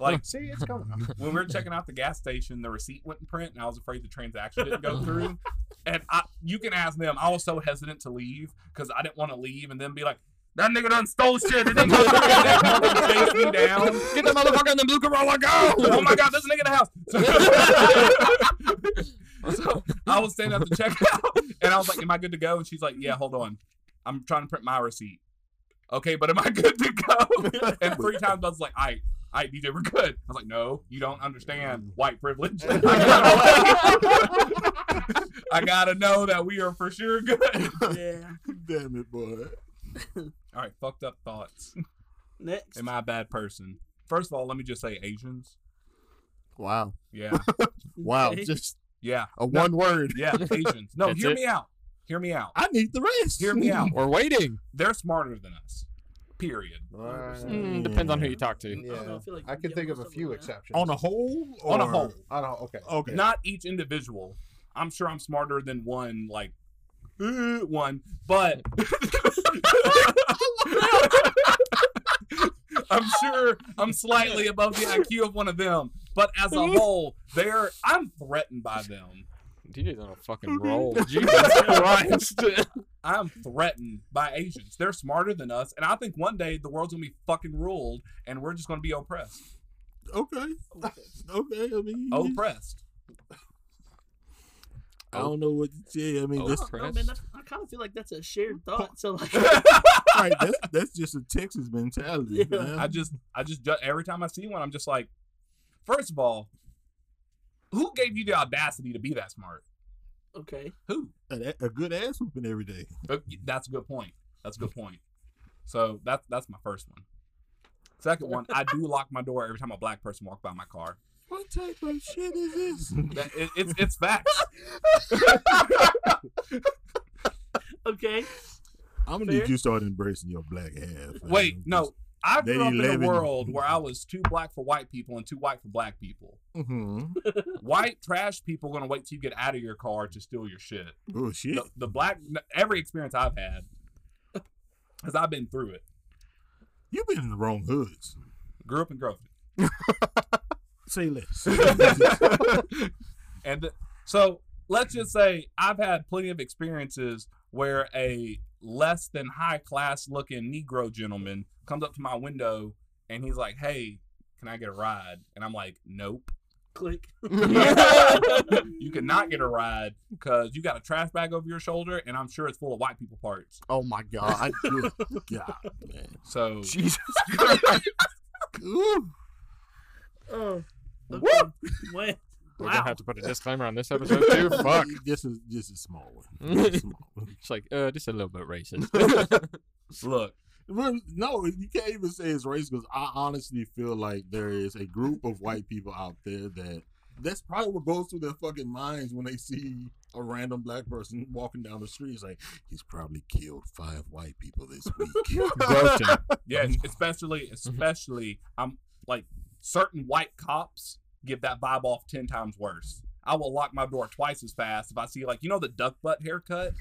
[SPEAKER 1] like
[SPEAKER 2] See, it's coming.
[SPEAKER 1] when we were checking out the gas station, the receipt wouldn't print, and I was afraid the transaction didn't go through. And I, you can ask them. I was so hesitant to leave because I didn't want to leave and then be like, "That nigga done stole shit." And then chase me down.
[SPEAKER 4] Get the motherfucker in the blue Corolla,
[SPEAKER 1] Oh
[SPEAKER 4] go!
[SPEAKER 1] my god, this nigga in the house. so I was standing at the checkout, and I was like, "Am I good to go?" And she's like, "Yeah, hold on, I'm trying to print my receipt." Okay, but am I good to go? And three times I was like, "I." I DJ, we're good. I was like, no, you don't understand white privilege. I gotta, I gotta know that we are for sure good.
[SPEAKER 6] yeah.
[SPEAKER 5] Damn it, boy.
[SPEAKER 1] All right, fucked up thoughts.
[SPEAKER 6] Next.
[SPEAKER 1] Am I a bad person? First of all, let me just say Asians.
[SPEAKER 2] Wow.
[SPEAKER 1] Yeah,
[SPEAKER 2] Wow.
[SPEAKER 6] Okay.
[SPEAKER 2] Just
[SPEAKER 1] yeah,
[SPEAKER 2] a one word.
[SPEAKER 1] yeah, Asians. No,
[SPEAKER 4] That's
[SPEAKER 1] hear
[SPEAKER 4] it?
[SPEAKER 1] me out. Hear me out.
[SPEAKER 5] I need the rest.
[SPEAKER 1] Hear me out.
[SPEAKER 4] We're waiting.
[SPEAKER 1] They're smarter than us. Period.
[SPEAKER 4] Mm, depends on who you talk to.
[SPEAKER 6] I don't know, I feel like
[SPEAKER 3] I
[SPEAKER 6] you
[SPEAKER 3] can
[SPEAKER 6] get
[SPEAKER 3] think of
[SPEAKER 6] most
[SPEAKER 3] a
[SPEAKER 6] them
[SPEAKER 3] few
[SPEAKER 6] right.
[SPEAKER 3] exceptions.
[SPEAKER 5] On a whole?
[SPEAKER 1] On a
[SPEAKER 5] or-
[SPEAKER 1] whole.
[SPEAKER 3] I don't. Okay.
[SPEAKER 5] Okay.
[SPEAKER 1] Not each individual. I'm sure I'm smarter than one, like uh, one, but I'm sure I'm slightly above the IQ of one of them. But as a whole, they're I'm threatened by them.
[SPEAKER 4] DJ's on a fucking roll. Jesus Christ.
[SPEAKER 1] I'm threatened by Asians. They're smarter than us, and I think one day the world's gonna be fucking ruled, and we're just gonna be oppressed.
[SPEAKER 5] okay.
[SPEAKER 6] Oh,
[SPEAKER 5] Okay. I mean,
[SPEAKER 1] Oh, Oppressed.
[SPEAKER 5] I don't know what to say. I mean,
[SPEAKER 4] Oh.
[SPEAKER 5] that's,
[SPEAKER 6] I don't know, man.
[SPEAKER 4] Press.
[SPEAKER 6] That's, I kind of feel like that's a shared thought. So like,
[SPEAKER 5] all right, that's that's just a Texas mentality,
[SPEAKER 6] Yeah.
[SPEAKER 5] man.
[SPEAKER 1] I just, I just, ju- every time I see one, I'm just like, first of all, who gave you the audacity to be that smart?
[SPEAKER 6] okay,
[SPEAKER 1] Who?
[SPEAKER 5] a, a good ass whooping every day.
[SPEAKER 1] Uh, That's a good point. That's a good point. So that's that's my first one. Second one, I do lock my door every time a black person walks by my car.
[SPEAKER 5] What type of shit is this?
[SPEAKER 1] That, it, it's it's facts.
[SPEAKER 6] okay.
[SPEAKER 5] I'm gonna
[SPEAKER 6] Fair.
[SPEAKER 5] need you to start embracing your black ass. man.
[SPEAKER 1] Wait, no. I
[SPEAKER 5] Um, They
[SPEAKER 1] grew up in
[SPEAKER 5] 11.
[SPEAKER 1] a world where I was too black for white people and too white for black people.
[SPEAKER 5] Mhm.
[SPEAKER 1] White trash people gonna wait till you get out of your car to steal your shit.
[SPEAKER 5] Bullshit.
[SPEAKER 1] the, the black every experience I've had because I've been through it.
[SPEAKER 5] You've been in the wrong hoods.
[SPEAKER 1] Grew up in Groveton,
[SPEAKER 5] Say less.
[SPEAKER 1] and th- so let's just say I've had plenty of experiences where a less than high class looking Negro gentleman comes up to my window and he's like, "Hey, can I get a ride?" And I'm like, "Nope."
[SPEAKER 6] Click.
[SPEAKER 1] You cannot get a ride because you got a trash bag over your shoulder, and I'm sure it's full of white people parts.
[SPEAKER 2] Oh my god.
[SPEAKER 5] Good God, man.
[SPEAKER 1] So
[SPEAKER 2] Jesus.
[SPEAKER 5] Ooh.
[SPEAKER 6] Oh.
[SPEAKER 5] Woo!
[SPEAKER 6] okay. Wait.
[SPEAKER 4] We're gonna
[SPEAKER 6] Wow.
[SPEAKER 4] have to put a disclaimer on this episode too. Fuck.
[SPEAKER 5] This is this is small one. This is small one.
[SPEAKER 4] It's like uh, just a little bit racist.
[SPEAKER 1] Look,
[SPEAKER 5] Well, No, you can't even say it's race because I honestly feel like there is a group of white people out there that that's probably what goes through their fucking minds when they see a random black person walking down the street. It's like he's probably killed five white people this week.
[SPEAKER 4] Grossing.
[SPEAKER 1] yeah, especially especially I'm like certain white cops give that vibe off ten times worse. I will lock my door twice as fast if I see like you know the duck butt haircut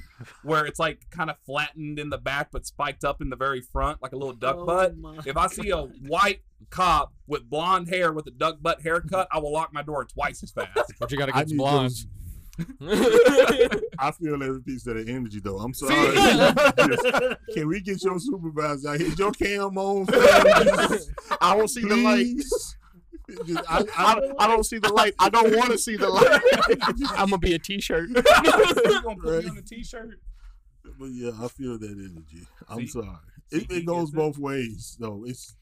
[SPEAKER 1] where it's like kind of flattened in the back but spiked up in the very front like a little duck
[SPEAKER 6] Oh
[SPEAKER 1] butt.
[SPEAKER 6] my
[SPEAKER 1] If I see a white cop with blonde hair with a duck butt haircut, I will lock my door twice as fast.
[SPEAKER 4] What you got
[SPEAKER 5] I
[SPEAKER 4] against
[SPEAKER 5] need
[SPEAKER 4] blondes?
[SPEAKER 5] I feel every piece of the energy though. I'm sorry.
[SPEAKER 6] God.
[SPEAKER 5] Can we get your supervisor out here? Is Your cam on.
[SPEAKER 2] I don't see the light.
[SPEAKER 5] Please. Just- I,
[SPEAKER 2] I, I, I don't see the light. I don't want to see the light.
[SPEAKER 4] I'm gonna be a T-shirt.
[SPEAKER 1] you gonna put me on a t-shirt?
[SPEAKER 5] But yeah, I feel that energy. I'm
[SPEAKER 1] See-
[SPEAKER 5] sorry.
[SPEAKER 1] see,
[SPEAKER 5] It,
[SPEAKER 1] he
[SPEAKER 5] it goes
[SPEAKER 1] gets it.
[SPEAKER 5] both ways, though. It's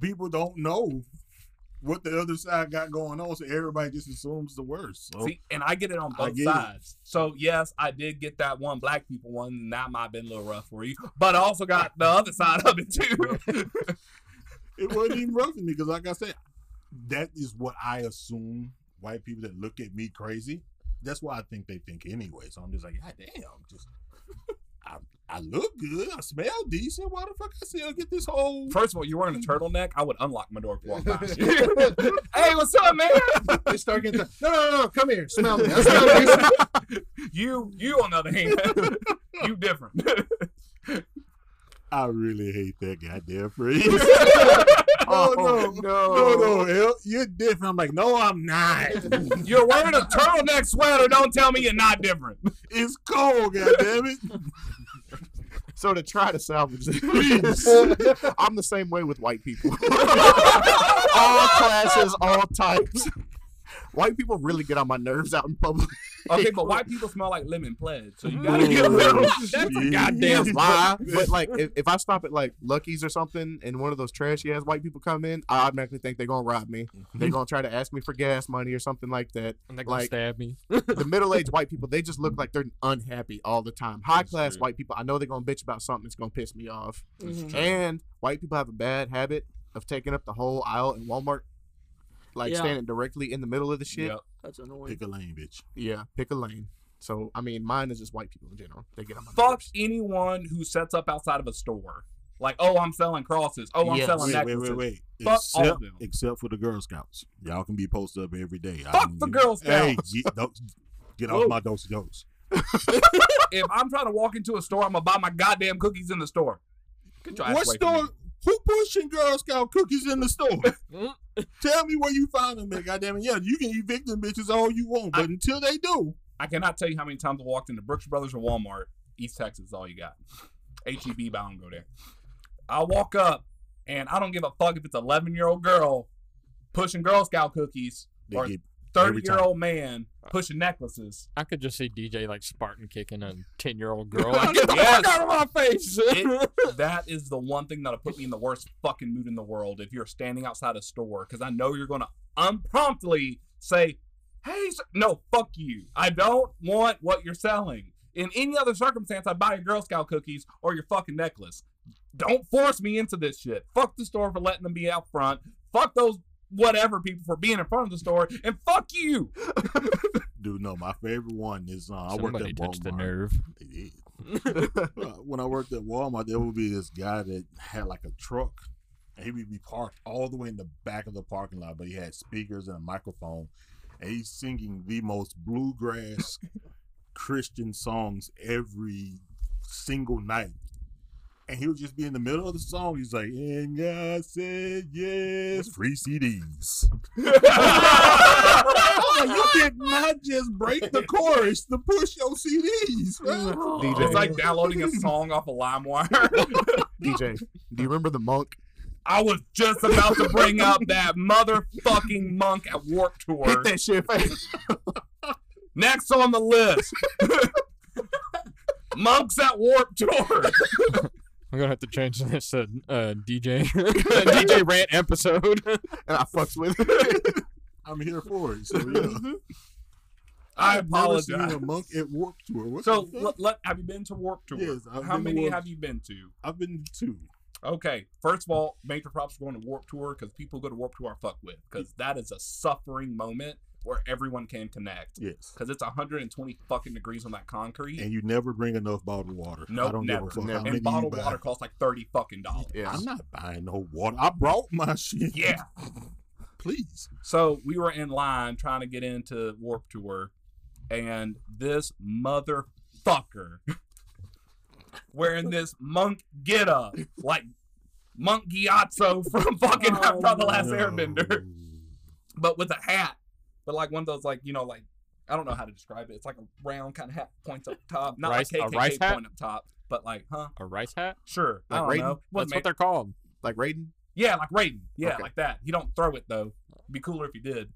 [SPEAKER 5] people don't know what the other side got going on, so everybody just assumes the worst. So
[SPEAKER 1] See, and I get it on
[SPEAKER 5] I
[SPEAKER 1] both
[SPEAKER 5] get it.
[SPEAKER 1] sides. So yes, I did get that one black people one, and that might have been a little rough for you. But I also got the other side of it too.
[SPEAKER 5] it wasn't even rough for me because, like I said, that is what I assume white people that look at me crazy. That's what I think they think anyway. So I'm just like, God damn, just I, I look good, I smell decent. Why the fuck I still get this whole
[SPEAKER 1] First of all, you wearing a turtleneck, I would unlock my door for all time. hey, what's up, man?
[SPEAKER 3] They start getting the, no, no, no, no, come here, smell me. I smell you."
[SPEAKER 1] You, you on the other hand, you different.
[SPEAKER 5] I really hate that goddamn phrase.
[SPEAKER 2] Oh,
[SPEAKER 5] no,
[SPEAKER 2] no.
[SPEAKER 5] no, no, El, you're different. I'm like, no, I'm not.
[SPEAKER 1] You're wearing a turtleneck sweater. Don't tell me you're not different.
[SPEAKER 5] it's cold, goddammit.
[SPEAKER 2] So to try to salvage this, I'm the same way with white people. all classes, all types. White people really get on my nerves out in public.
[SPEAKER 1] Okay, but white people smell like lemon pledge, so you gotta get a little.
[SPEAKER 5] Oh,
[SPEAKER 1] That's a
[SPEAKER 5] shit.
[SPEAKER 1] goddamn lie.
[SPEAKER 2] Why? But like, if, if I stop at like Lucky's or something, and one of those trashy ass white people come in, I automatically think they're gonna rob me. They're gonna try to ask me for gas money or something like that.
[SPEAKER 4] And they're gonna
[SPEAKER 2] Like-
[SPEAKER 4] stab me.
[SPEAKER 2] The middle aged white people, they just look like they're unhappy all the time. High class
[SPEAKER 4] true.
[SPEAKER 2] white people, I know they're gonna bitch about something that's gonna piss me off.
[SPEAKER 1] Mm-hmm.
[SPEAKER 6] Mhm.
[SPEAKER 2] And white people have a bad habit of taking up the whole aisle in Walmart, like
[SPEAKER 6] Yeah.
[SPEAKER 2] standing directly in the middle of the shit.
[SPEAKER 1] Yep.
[SPEAKER 6] That's annoying.
[SPEAKER 5] Pick a lane, bitch.
[SPEAKER 2] Yeah, pick a lane. So I mean, mine is just white people in general. They get on my
[SPEAKER 1] fuck
[SPEAKER 2] nerves.
[SPEAKER 1] anyone who sets up outside of a store. Like, oh, I'm selling crosses. Oh, I'm
[SPEAKER 2] Yes.
[SPEAKER 1] selling
[SPEAKER 5] Wait, wait,
[SPEAKER 1] necklaces.
[SPEAKER 5] wait, wait.
[SPEAKER 1] Fuck all of
[SPEAKER 5] Except,
[SPEAKER 1] them.
[SPEAKER 5] except for the Girl Scouts. Y'all can be posted up every day.
[SPEAKER 1] Fuck
[SPEAKER 5] I don't
[SPEAKER 1] the
[SPEAKER 5] give-
[SPEAKER 1] Girl
[SPEAKER 5] Hey, ye- don't- get off
[SPEAKER 1] Whoa.
[SPEAKER 5] my dose of dose.
[SPEAKER 1] If I'm trying to walk into a store, I'm gonna buy my goddamn cookies in the store. Get your ass
[SPEAKER 5] What
[SPEAKER 1] away from
[SPEAKER 5] store?
[SPEAKER 1] me.
[SPEAKER 5] Who pushing Girl Scout cookies in the store?
[SPEAKER 4] Mm.
[SPEAKER 5] Tell me where you find them at. Goddamn it! Yeah, you can evict them bitches all you want, but until they do,
[SPEAKER 1] I cannot tell you how many times I walked into Brooks Brothers or Walmart. East Texas is all you got. H E B, but I don't go there. I walk up, and I don't give a fuck if it's 11 year old girl pushing Girl Scout cookies
[SPEAKER 5] they
[SPEAKER 1] or
[SPEAKER 5] get
[SPEAKER 1] 30
[SPEAKER 5] every
[SPEAKER 1] year old man pushing necklaces.
[SPEAKER 4] I could just see DJ like Spartan kicking a ten-year-old girl. Like, Get the fuck out of my face!
[SPEAKER 1] It- that is the one thing that'll put me in the worst fucking mood in the world if you're standing outside a store because I know you're gonna unpromptly say, "Hey, sir. no, fuck you. I don't want what you're selling." In any other circumstance, I'd buy your Girl Scout cookies or your fucking necklace. Don't force me into this shit. Fuck the store for letting them be out front. Fuck those whatever people for being in front of the store, and fuck you.
[SPEAKER 5] Dude, no, my favorite one is uh, I worked
[SPEAKER 4] Somebody
[SPEAKER 5] at
[SPEAKER 4] touched
[SPEAKER 5] Walmart.
[SPEAKER 4] the nerve.
[SPEAKER 5] They did. Uh, when I worked at Walmart, there would be this guy that had like a truck. And he would be parked all the way in the back of the parking lot, but he had speakers and a microphone. And he's singing the most bluegrass Christian songs every single night. And he would just be in the middle of the song. He's like, and God said yes, free CDs. I was like, you did not just break the chorus to push your CDs. man."
[SPEAKER 2] DJ.
[SPEAKER 1] It's like downloading a song off a LimeWire.
[SPEAKER 2] DJ. Do you remember the monk?
[SPEAKER 1] I was just about to bring up that motherfucking monk at Warp Tour.
[SPEAKER 2] Hit that shit, fast.
[SPEAKER 1] Next on the list, monks at Warp Tour.
[SPEAKER 4] I'm gonna have to change this to uh, DJ DJ rant episode.
[SPEAKER 2] and I fucks with it.
[SPEAKER 5] I'm here for it. So yeah.
[SPEAKER 1] I
[SPEAKER 5] I've never seen
[SPEAKER 1] apologize.
[SPEAKER 5] A monk at Warp Tour. What
[SPEAKER 1] So,
[SPEAKER 5] the fuck?
[SPEAKER 1] l- let- have you been to Warp Tour?
[SPEAKER 5] Yes, I've
[SPEAKER 1] How
[SPEAKER 5] been to
[SPEAKER 1] many
[SPEAKER 5] Warped-
[SPEAKER 1] have you been to?
[SPEAKER 5] I've been to two.
[SPEAKER 1] Okay, first of all, major props for going to Warp Tour because people go to Warp Tour I fuck with because that is a suffering moment where everyone can connect
[SPEAKER 5] Yes.
[SPEAKER 1] because it's 120 fucking degrees on that concrete.
[SPEAKER 5] And you never bring enough bottled water.
[SPEAKER 1] Nope,
[SPEAKER 5] I don't
[SPEAKER 1] never.
[SPEAKER 5] give a fuck
[SPEAKER 2] Never.
[SPEAKER 5] how
[SPEAKER 2] And
[SPEAKER 5] many
[SPEAKER 1] and bottled
[SPEAKER 5] you buy.
[SPEAKER 1] water costs like 30 fucking dollars.
[SPEAKER 2] yeah.
[SPEAKER 5] I'm not buying no water. I brought my shit.
[SPEAKER 1] Yeah.
[SPEAKER 5] Please.
[SPEAKER 1] So we were in line trying to get into Warp Tour, and this motherfucker wearing this monk get up, like Monk Gyatso from fucking
[SPEAKER 6] Oh,
[SPEAKER 1] Avatar The Last
[SPEAKER 5] No.
[SPEAKER 1] Airbender, but with a hat. But like one of those, like, you know, like, I don't know how to describe it. It's like a round kind of hat, points up top. Not
[SPEAKER 4] Rice- a
[SPEAKER 1] like KKK
[SPEAKER 4] rice hat?
[SPEAKER 1] point up top, but like, huh?
[SPEAKER 4] A rice hat?
[SPEAKER 1] Sure. I
[SPEAKER 2] Like
[SPEAKER 1] don't
[SPEAKER 2] Raiden?
[SPEAKER 1] know.
[SPEAKER 4] That's
[SPEAKER 1] Wasn't
[SPEAKER 4] what they're called.
[SPEAKER 2] like Raiden.
[SPEAKER 1] yeah, like Raiden. Yeah,
[SPEAKER 2] Okay.
[SPEAKER 1] like that. He don't throw it though. Be cooler if he did.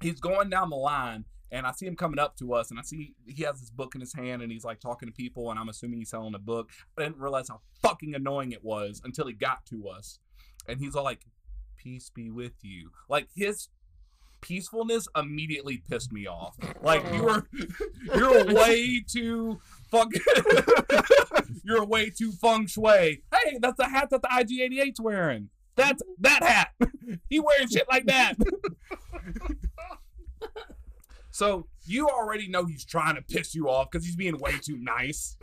[SPEAKER 1] He's going down the line, and I see him coming up to us, and I see he has this book in his hand, and he's like talking to people, and I'm assuming he's selling a book. I didn't realize how fucking annoying it was until he got to us, and he's all like, "Peace be with you." Like his peacefulness immediately pissed me off. Like you were, you're way too fucking. you're way too feng shui. Hey, that's the hat that the IG88's wearing. That's that hat. he wearing shit like that. so you already know he's trying to piss you off because he's being way too nice,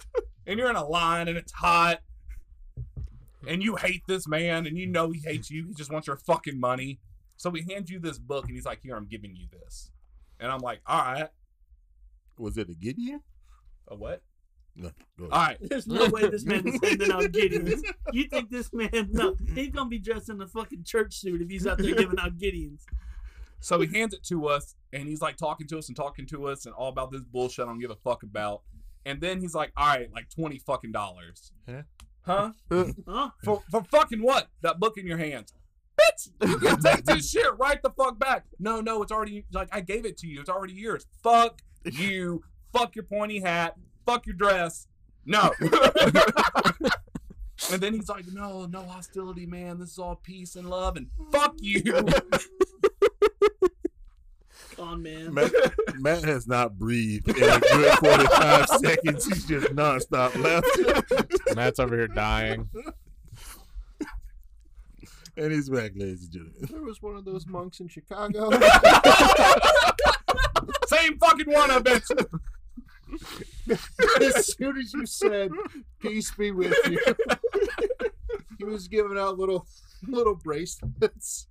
[SPEAKER 1] and you're in a line and it's hot, and you hate this man, and you know he hates you. He just wants your fucking money. So he hands you this book, and he's like, "Here, I'm giving you this," and I'm like, "All right,
[SPEAKER 5] Was it a Gideon?
[SPEAKER 1] a what?
[SPEAKER 5] No. Go
[SPEAKER 1] All right,
[SPEAKER 6] There's no way this man is sending out Gideons. You think this man? No, he's gonna be dressed in a fucking church suit if he's out there giving out Gideons.
[SPEAKER 1] So he hands it to us, and he's like talking to us and talking to us and all about this bullshit I don't give a fuck about. And then he's like, "All right, like twenty fucking dollars,
[SPEAKER 4] Huh?
[SPEAKER 1] huh?
[SPEAKER 6] Huh?
[SPEAKER 1] For for fucking what? That book in your hands, bitch? You can take this shit right the fuck back. No, no, it's already like I gave it to you. It's already yours. Fuck you. fuck your pointy hat. Fuck your dress. No." And then he's like, "No, no hostility, man. This is all peace and love." And fuck you.
[SPEAKER 6] Con man.
[SPEAKER 5] Matt, Matt has not breathed in a good 45 seconds. He's just nonstop laughing.
[SPEAKER 4] Matt's over here dying.
[SPEAKER 5] And he's back, ladies and gentlemen.
[SPEAKER 3] There was one of those monks in Chicago.
[SPEAKER 1] Same fucking one, I bet.
[SPEAKER 3] as soon as you said "peace be with you," he was giving out little little bracelets,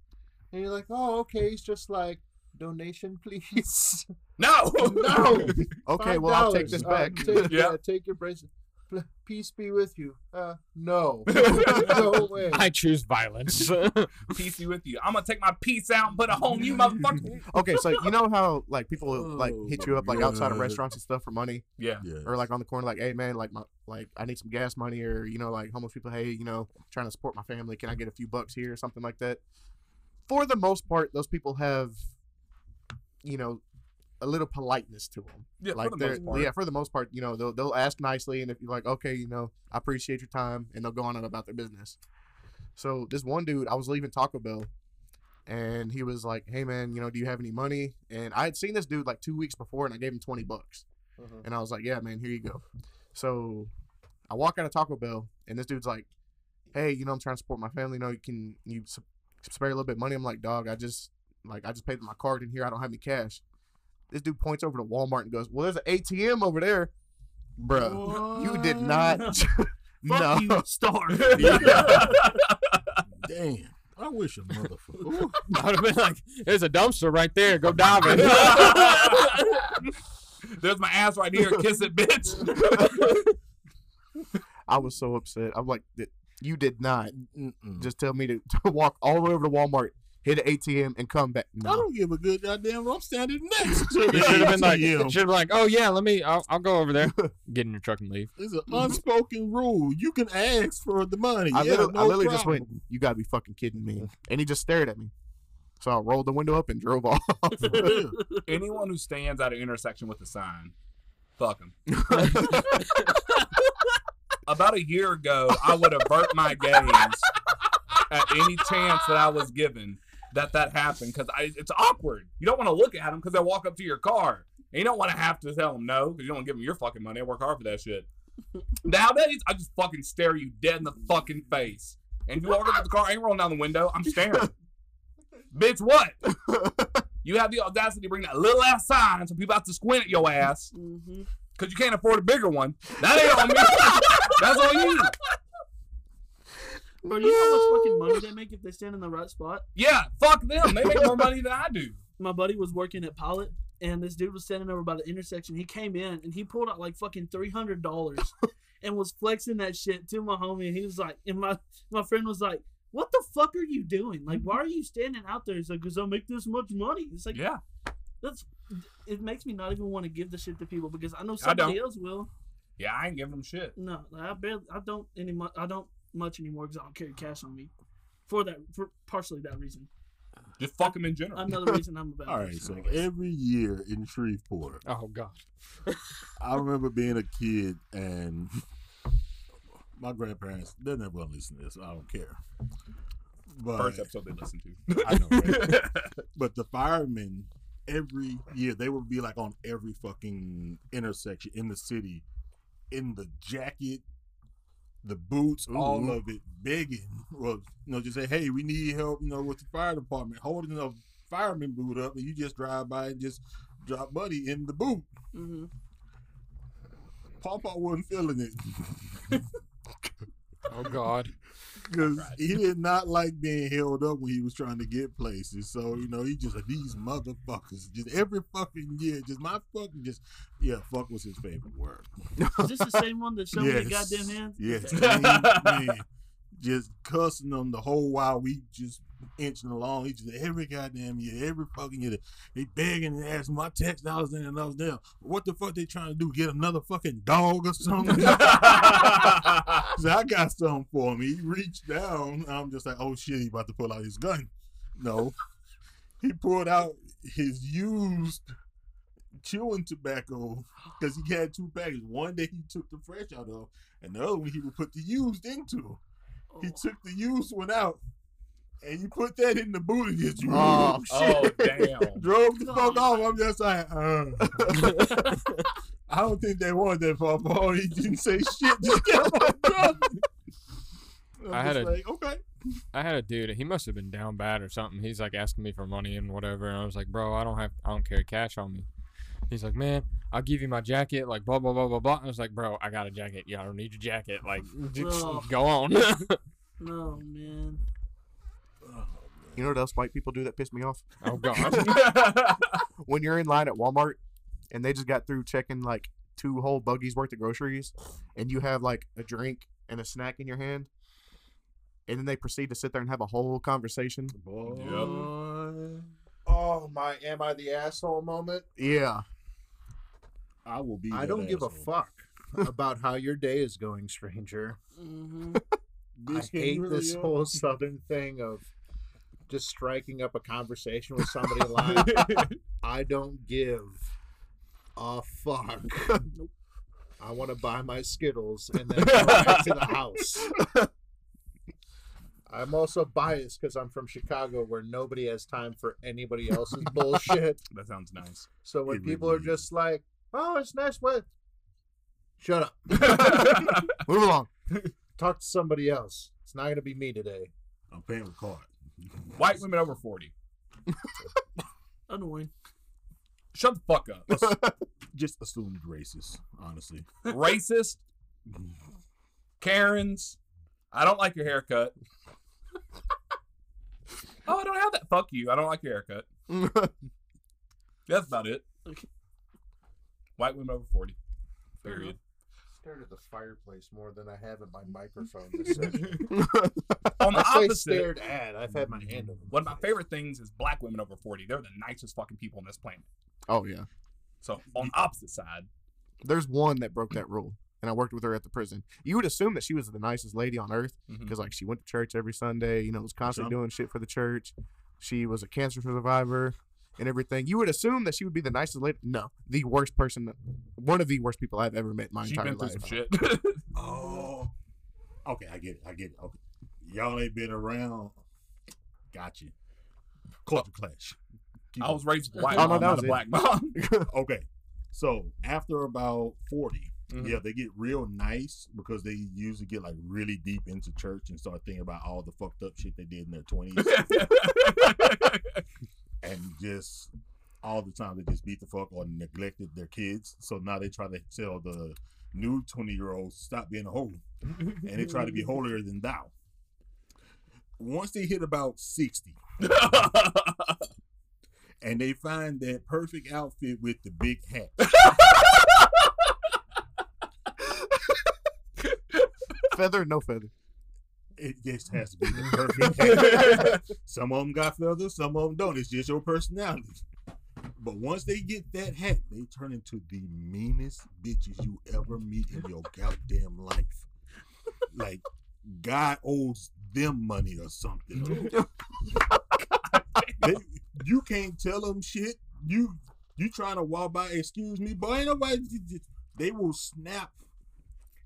[SPEAKER 3] and you're like, "Oh, okay." He's just like, "Donation, please."
[SPEAKER 1] No,
[SPEAKER 3] no.
[SPEAKER 2] Okay,
[SPEAKER 3] Five
[SPEAKER 2] well I'll take
[SPEAKER 3] dollars.
[SPEAKER 2] this
[SPEAKER 3] Uh,
[SPEAKER 2] back.
[SPEAKER 3] take,
[SPEAKER 1] Yeah.
[SPEAKER 3] yeah, take your bracelet. P- Peace be with you. Uh, no, no way.
[SPEAKER 4] I choose violence.
[SPEAKER 1] Peace be with you. I'm gonna take my peace out and put a hole in you, motherfucker.
[SPEAKER 2] Okay, so you know how like people like
[SPEAKER 5] Oh,
[SPEAKER 2] hit you up like outside of
[SPEAKER 5] God.
[SPEAKER 2] restaurants and stuff for money,
[SPEAKER 1] Yeah.
[SPEAKER 5] Yeah.
[SPEAKER 2] or like on the corner, like, hey man, like my like I need some gas money, or you know like homeless people, hey, you know, trying to support my family, can I get a few bucks here or something like that? For the most part, those people have, you know, a little politeness to them.
[SPEAKER 1] Yeah,
[SPEAKER 2] like
[SPEAKER 1] for the
[SPEAKER 2] they're
[SPEAKER 1] most part.
[SPEAKER 2] yeah, for the most part, you know, they'll they'll ask nicely, and if you're like, okay, you know, I appreciate your time, and they'll go on about their business. So this one dude, I was leaving Taco Bell, and he was like, hey man, you know, do you have any money? And I had seen this dude like two weeks before, and I gave him twenty bucks,
[SPEAKER 3] Uh-huh.
[SPEAKER 1] Mm-hmm.
[SPEAKER 2] and I was like, yeah man, here you go. So I walk out of Taco Bell, and this dude's like, hey, you know, I'm trying to support my family. You know, you can you s- spare a little bit of money. I'm like, dog, I just like I just paid with my card in here. I don't have any cash. This dude points over to Walmart and goes, "Well, there's an ATM over there, bruh.
[SPEAKER 5] Oh,
[SPEAKER 2] You did not.
[SPEAKER 6] Fuck
[SPEAKER 2] no,
[SPEAKER 6] you, star.
[SPEAKER 5] Damn. I wish a motherfucker. Ooh,
[SPEAKER 4] I would have been like, "There's a dumpster right there. Go diving."
[SPEAKER 1] There's my ass right here. Kiss it, bitch.
[SPEAKER 2] I was so upset. I'm like, "Th- you did not.
[SPEAKER 5] mm-mm.
[SPEAKER 2] Just tell me to, to walk all the way over to Walmart, hit an ATM, and come back.
[SPEAKER 5] I
[SPEAKER 2] No,
[SPEAKER 5] don't give a good goddamn. I'm standing next to
[SPEAKER 4] You should have been like,
[SPEAKER 5] ATM.
[SPEAKER 4] should have been like, oh yeah, let me, I'll, I'll go over there, get in your truck and leave.
[SPEAKER 5] It's an unspoken rule. You can ask for the money.
[SPEAKER 2] I
[SPEAKER 5] yeah,
[SPEAKER 2] literally,
[SPEAKER 5] no
[SPEAKER 2] I literally just
[SPEAKER 5] problem.
[SPEAKER 2] went. You gotta be fucking kidding me. And he just stared at me. So I rolled the window up and drove off.
[SPEAKER 5] Yeah.
[SPEAKER 1] Anyone who stands at an intersection with a sign, fuck them. about a year ago, I would avert my gaze at any chance that I was given that that happened because it's awkward. You don't want to look at them because they walk up to your car. And you don't want to have to tell them no because you don't want to give them your fucking money. I work hard for that shit. Nowadays, I just fucking stare you dead in the fucking face. And if you walk up to the car, I ain't rolling down the window. I'm staring. Bitch, what? You have the audacity to bring that little ass sign so people have to squint at your ass
[SPEAKER 6] Mm-hmm.
[SPEAKER 1] because you can't afford a bigger one. That ain't on me. That's on you.
[SPEAKER 6] Bro, you know how much fucking money they make if they stand in the right spot?
[SPEAKER 1] Yeah, fuck them. They make more money than I do.
[SPEAKER 6] my buddy was working at Pilot, and this dude was standing over by the intersection. He came in and he pulled out like fucking three hundred dollars, and was flexing that shit to my homie. And he was like, and my my friend was like, "What the fuck are you doing? Like, why are you standing out there?" He's like, "Cause I make this much money." It's like,
[SPEAKER 1] Yeah.
[SPEAKER 6] that's it makes me not even want to give the shit to people because I know
[SPEAKER 1] I don't.
[SPEAKER 6] somebody else will.
[SPEAKER 1] Yeah, I ain't giving them shit.
[SPEAKER 6] No, like, I barely, I don't any mu- I don't much anymore because I don't carry cash on me. For that, for partially that reason.
[SPEAKER 1] Just fuck them in general.
[SPEAKER 6] Another reason I'm about.
[SPEAKER 5] All right, so every year in Shreveport,
[SPEAKER 4] Oh God.
[SPEAKER 5] I remember being a kid and my grandparents, they're never going to listen to this. I don't care. But
[SPEAKER 1] First episode they listen to.
[SPEAKER 5] I know, right? but the firemen every year they would be like on every fucking intersection in the city, in the jacket, the boots, all of it, begging. Well, you know, just say, hey, we need help. You know, with the fire department holding a fireman boot up, and you just drive by and just drop buddy in the boot.
[SPEAKER 6] hmm
[SPEAKER 5] Papa wasn't feeling it
[SPEAKER 4] Oh God.
[SPEAKER 5] because he did not like being held up when he was trying to get places. So you know, he just like, these motherfuckers. Just every fucking year, just my fucking just yeah. Fuck was his favorite word.
[SPEAKER 6] Is this the same one that showed me the goddamn hands?
[SPEAKER 5] Yes,
[SPEAKER 6] Okay.
[SPEAKER 5] same man. Just cussing them the whole while we just inching along. He just every goddamn year, every fucking year, they begging and asking my tax dollars in and I was there. What the fuck they trying to do? Get another fucking dog or something? So I got something for him. He reached down. I'm just like, oh shit, he about to pull out his gun. No. he pulled out his used chewing tobacco because he had two packages. One that he took the fresh out of, and the other one he would put the used into. He
[SPEAKER 6] Oh.
[SPEAKER 5] took the used one out, and you put that in the boot and just
[SPEAKER 2] Oh,
[SPEAKER 1] oh damn.
[SPEAKER 5] drove the fuck
[SPEAKER 6] God.
[SPEAKER 5] off. I'm just like, uh. I don't think they wanted that for Paul. He didn't say shit. Just kept on driving. I'm
[SPEAKER 4] I had
[SPEAKER 5] just
[SPEAKER 4] a-
[SPEAKER 5] like, okay.
[SPEAKER 4] I had a dude. He must have been down bad or something. He's like asking me for money and whatever. And I was like, bro, I don't have, I don't carry cash on me. He's like, man, I'll give you my jacket. Like blah blah blah blah blah. And I was like, bro, I got a jacket. Yeah, I don't need your jacket. Like, just
[SPEAKER 6] Ugh.
[SPEAKER 4] go on.
[SPEAKER 6] No, man.
[SPEAKER 2] You know what else white people do that piss me off?
[SPEAKER 4] oh God.
[SPEAKER 2] When you're in line at Walmart and they just got through checking like two whole buggies worth of groceries and you have like a drink and a snack in your hand and then they proceed to sit there and have a whole conversation.
[SPEAKER 6] Um,
[SPEAKER 3] Oh my, am I the asshole moment?
[SPEAKER 2] Yeah.
[SPEAKER 5] I will be.
[SPEAKER 3] I
[SPEAKER 5] that
[SPEAKER 3] don't give a
[SPEAKER 5] asshole.
[SPEAKER 3] fuck about how your day is going, stranger.
[SPEAKER 6] hmm
[SPEAKER 5] Bitch,
[SPEAKER 3] I
[SPEAKER 5] can you
[SPEAKER 3] hate
[SPEAKER 5] hurry
[SPEAKER 3] this
[SPEAKER 5] up?
[SPEAKER 3] whole southern thing of just striking up a conversation with somebody live. I don't give a fuck.
[SPEAKER 6] Nope.
[SPEAKER 3] I want to buy my Skittles and then go back to the house. I'm also biased because I'm from Chicago where nobody has time for anybody else's bullshit.
[SPEAKER 1] That sounds nice.
[SPEAKER 3] So when
[SPEAKER 5] It really
[SPEAKER 3] people are
[SPEAKER 5] is.
[SPEAKER 3] just like, oh, it's nice weather, shut up.
[SPEAKER 2] Move along.
[SPEAKER 3] Talk to somebody else. It's not going to be me today.
[SPEAKER 5] I'm paying with card.
[SPEAKER 1] White women over forty.
[SPEAKER 6] Annoying.
[SPEAKER 1] Shut the fuck up.
[SPEAKER 5] Just assumed racist, honestly.
[SPEAKER 1] Racist. Karens. I don't like your haircut. Oh, I don't have that. Fuck you. I don't like your haircut. That's about it.
[SPEAKER 6] Okay.
[SPEAKER 1] White women over forty.
[SPEAKER 6] Fair enough.
[SPEAKER 1] Period.
[SPEAKER 3] stared at the fireplace more than I have at my microphone this session.
[SPEAKER 1] On the
[SPEAKER 3] I say
[SPEAKER 1] opposite,
[SPEAKER 3] stared at. I've had my hand over.
[SPEAKER 1] one of my favorite things is black women over forty. They're the nicest fucking people on this planet.
[SPEAKER 2] Oh yeah.
[SPEAKER 1] So on the opposite side,
[SPEAKER 2] There's one that broke that rule and I worked with her at the prison. You would assume that she was the nicest lady on earth
[SPEAKER 1] Mhm.
[SPEAKER 2] because like she went to church every Sunday, you know, was constantly
[SPEAKER 5] Sure.
[SPEAKER 2] doing shit for the church. She was a cancer survivor and everything. You would assume that she would be the nicest lady. No, the worst person, one of the worst people I've ever met in my
[SPEAKER 1] she's
[SPEAKER 2] entire
[SPEAKER 1] been through
[SPEAKER 2] life.
[SPEAKER 1] some shit.
[SPEAKER 5] Oh. Okay, I get it. I get it. Okay. Y'all ain't been around. Got you. Culture clash. Keep
[SPEAKER 1] I was raised with white
[SPEAKER 2] Oh, no,
[SPEAKER 1] mom,
[SPEAKER 2] that
[SPEAKER 1] not
[SPEAKER 2] was
[SPEAKER 1] a
[SPEAKER 2] it.
[SPEAKER 1] black mom.
[SPEAKER 5] Okay. So after about 40,
[SPEAKER 1] Mhm.
[SPEAKER 5] yeah, they get real nice because they usually get like really deep into church and start thinking about all the fucked up shit they did in their 20s and just all the time they just beat the fuck or neglected their kids. So now they try to tell the new 20 year olds stop being a hoe and they try to be holier than thou. Once they hit about 60 and they find that perfect outfit with the big hat.
[SPEAKER 2] feather, no feather.
[SPEAKER 5] it just has to be the perfect. hat. some of them got feathers, some of them don't. It's just your personality. But once they get that hat, they turn into the meanest bitches you ever meet in your goddamn life. Like God owes them money or something. They- you can't tell them shit. You you trying to walk by? Excuse me, but ain't nobody. They will snap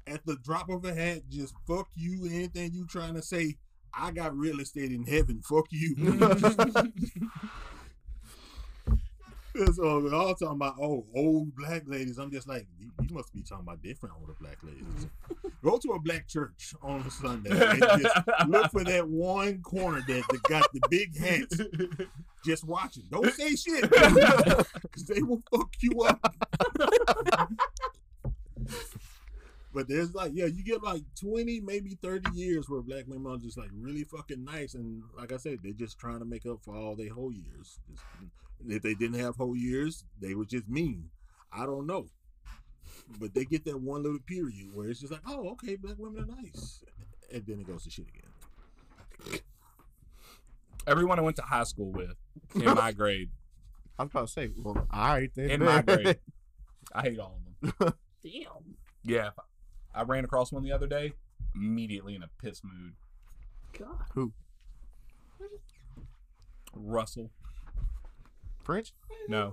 [SPEAKER 5] at the drop of a hat, just fuck you, anything you trying to say. I got real estate in heaven. Fuck you. so we're all talking about oh old black ladies. I'm just like you, you must be talking about different older black ladies. Go to a black church on a Sunday. And just look for that one corner that, that got the big hats. Just watching. Don't say shit because they will fuck you up. But there's like, yeah, you get like 20, maybe 30 years where black women are just like really fucking nice. And like I said, they're just trying to make up for all their whole years. Just- if they didn't have whole years, they were just mean. I don't know. But they get that one little period where it's just like, oh, okay, black women are nice. And then it goes to shit again.
[SPEAKER 1] Everyone I went to high school with in my grade.
[SPEAKER 2] I was about to say, well, all right then.
[SPEAKER 1] In my grade. I hate all of them.
[SPEAKER 6] Damn.
[SPEAKER 1] Yeah. if I- I ran across one the other day, immediately in a piss mood.
[SPEAKER 6] God.
[SPEAKER 1] Russell.
[SPEAKER 2] French,
[SPEAKER 1] No,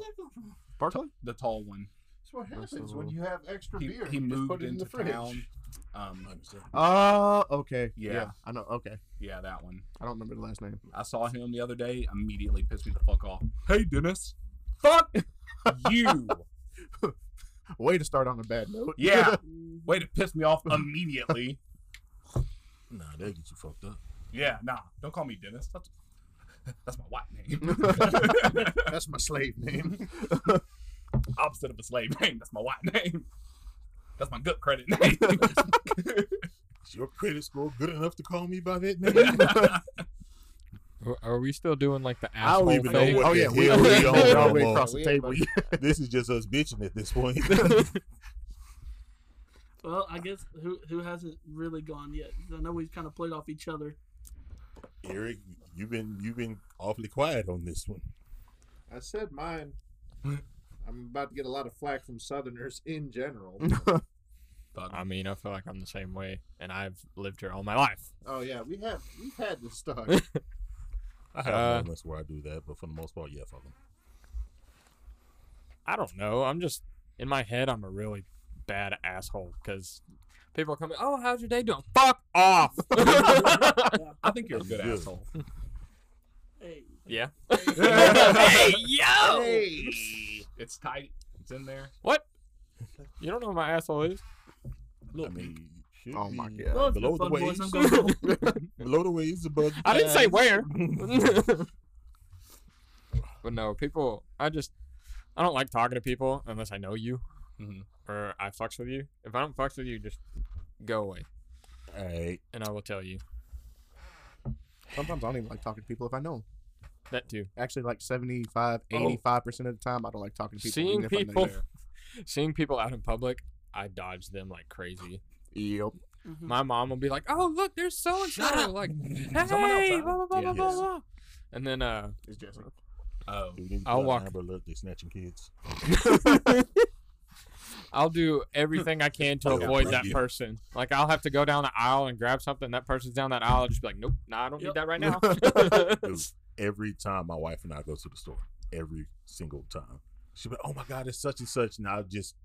[SPEAKER 2] Barclay.
[SPEAKER 1] the tall one.
[SPEAKER 3] That's what happens
[SPEAKER 2] Russell.
[SPEAKER 3] when you have extra
[SPEAKER 1] He,
[SPEAKER 3] beer.
[SPEAKER 1] he
[SPEAKER 3] you just
[SPEAKER 1] moved
[SPEAKER 3] put it in
[SPEAKER 1] into
[SPEAKER 3] the fridge.
[SPEAKER 1] town. Um,
[SPEAKER 5] I understand.
[SPEAKER 2] Oh, okay.
[SPEAKER 1] Yeah.
[SPEAKER 2] I know. Okay,
[SPEAKER 1] yeah, that one.
[SPEAKER 2] I don't remember the last name.
[SPEAKER 1] I saw him the other day, immediately pissed me the fuck off. Hey, Dennis. Fuck you.
[SPEAKER 2] Way to start on a bad note.
[SPEAKER 1] Yeah. Way to piss me off immediately.
[SPEAKER 5] Nah, they'll get you fucked up.
[SPEAKER 1] Yeah, nah. Don't call me Dennis. That's, that's my white name.
[SPEAKER 2] That's my slave name.
[SPEAKER 1] Opposite of a slave name. That's my white name. That's my good credit name.
[SPEAKER 5] Is your credit score good enough to call me by that name?
[SPEAKER 4] W- Are we still doing like the
[SPEAKER 5] I don't
[SPEAKER 4] asshole
[SPEAKER 5] even know
[SPEAKER 4] thing?
[SPEAKER 5] what-
[SPEAKER 2] oh yeah, we
[SPEAKER 5] Yeah, we
[SPEAKER 2] we
[SPEAKER 5] all-
[SPEAKER 2] all
[SPEAKER 5] we
[SPEAKER 2] way
[SPEAKER 5] all-
[SPEAKER 2] across the
[SPEAKER 3] we
[SPEAKER 2] table.
[SPEAKER 3] about-
[SPEAKER 5] this is just us bitching at this point.
[SPEAKER 6] Well, I guess who who hasn't really gone yet? 'Cause I know we've kind of played off each other.
[SPEAKER 5] Eric, you've been you've been awfully quiet on this one.
[SPEAKER 3] I said mine. I'm about to get a lot of flack from Southerners in general.
[SPEAKER 1] Fuck.
[SPEAKER 4] I mean, I feel like I'm the same way, and I've lived here all my life.
[SPEAKER 3] oh yeah, we have we've had this talk.
[SPEAKER 5] I have
[SPEAKER 4] Uh,
[SPEAKER 5] moments where I do that, but for the most part, yeah, fuck 'em.
[SPEAKER 4] I don't know. I'm just in my head. I'm a really bad asshole because people are coming. Oh, how's your day doing? Fuck off.
[SPEAKER 1] I think you're a good
[SPEAKER 5] Yeah.
[SPEAKER 1] asshole.
[SPEAKER 6] Hey,
[SPEAKER 4] yeah.
[SPEAKER 1] hey,
[SPEAKER 4] yo.
[SPEAKER 1] It's tight. It's in there.
[SPEAKER 4] What? You don't know what my asshole is?
[SPEAKER 5] I mean, should
[SPEAKER 2] Oh my
[SPEAKER 5] be
[SPEAKER 2] god.
[SPEAKER 6] well, it's
[SPEAKER 5] below
[SPEAKER 6] been
[SPEAKER 5] the
[SPEAKER 6] fun, boys.
[SPEAKER 5] waist,
[SPEAKER 6] I'm going home.
[SPEAKER 5] below the waist, above. The
[SPEAKER 4] I didn't say
[SPEAKER 5] thighs.
[SPEAKER 4] where. but no, people. I just I don't like talking to people unless I know you
[SPEAKER 1] Mhm.
[SPEAKER 4] or I fucks with you. If I don't fucks with you, just go away,
[SPEAKER 5] All right,
[SPEAKER 4] and I will tell you
[SPEAKER 2] Sometimes I don't even like talking to people if I know 'em.
[SPEAKER 4] that too.
[SPEAKER 2] Actually, like 75,
[SPEAKER 1] Oh.
[SPEAKER 2] 85 percent of the time, I don't like talking to people.
[SPEAKER 4] seeing
[SPEAKER 2] even if I know
[SPEAKER 4] people,
[SPEAKER 2] you.
[SPEAKER 4] seeing people out in public, I dodge them like crazy.
[SPEAKER 2] Yep.
[SPEAKER 6] Mhm.
[SPEAKER 4] My mom will be like, "Oh, look, there's so and so," like,
[SPEAKER 1] Someone
[SPEAKER 4] "Hey,
[SPEAKER 1] outside?
[SPEAKER 4] blah blah blah blah
[SPEAKER 2] Yeah.
[SPEAKER 4] blah
[SPEAKER 5] Yes.
[SPEAKER 4] blah," and then uh,
[SPEAKER 2] It's Jesse.
[SPEAKER 1] Oh.
[SPEAKER 5] Do we need to
[SPEAKER 4] I'll
[SPEAKER 5] put out
[SPEAKER 4] walk-
[SPEAKER 5] an Amber alert? They snatching kids.
[SPEAKER 4] I'll do everything I can to
[SPEAKER 5] Oh, yeah,
[SPEAKER 4] avoid
[SPEAKER 5] right,
[SPEAKER 4] that
[SPEAKER 5] yeah.
[SPEAKER 4] person. Like I'll have to go down the aisle and grab something. That person's down that aisle. I'll just be like, nope, nah, I don't
[SPEAKER 6] Yep.
[SPEAKER 4] need that right now.
[SPEAKER 5] Dude, every time my wife and I go to the store, every single time, she'll be, "Oh my god, it's such and such," and I'll just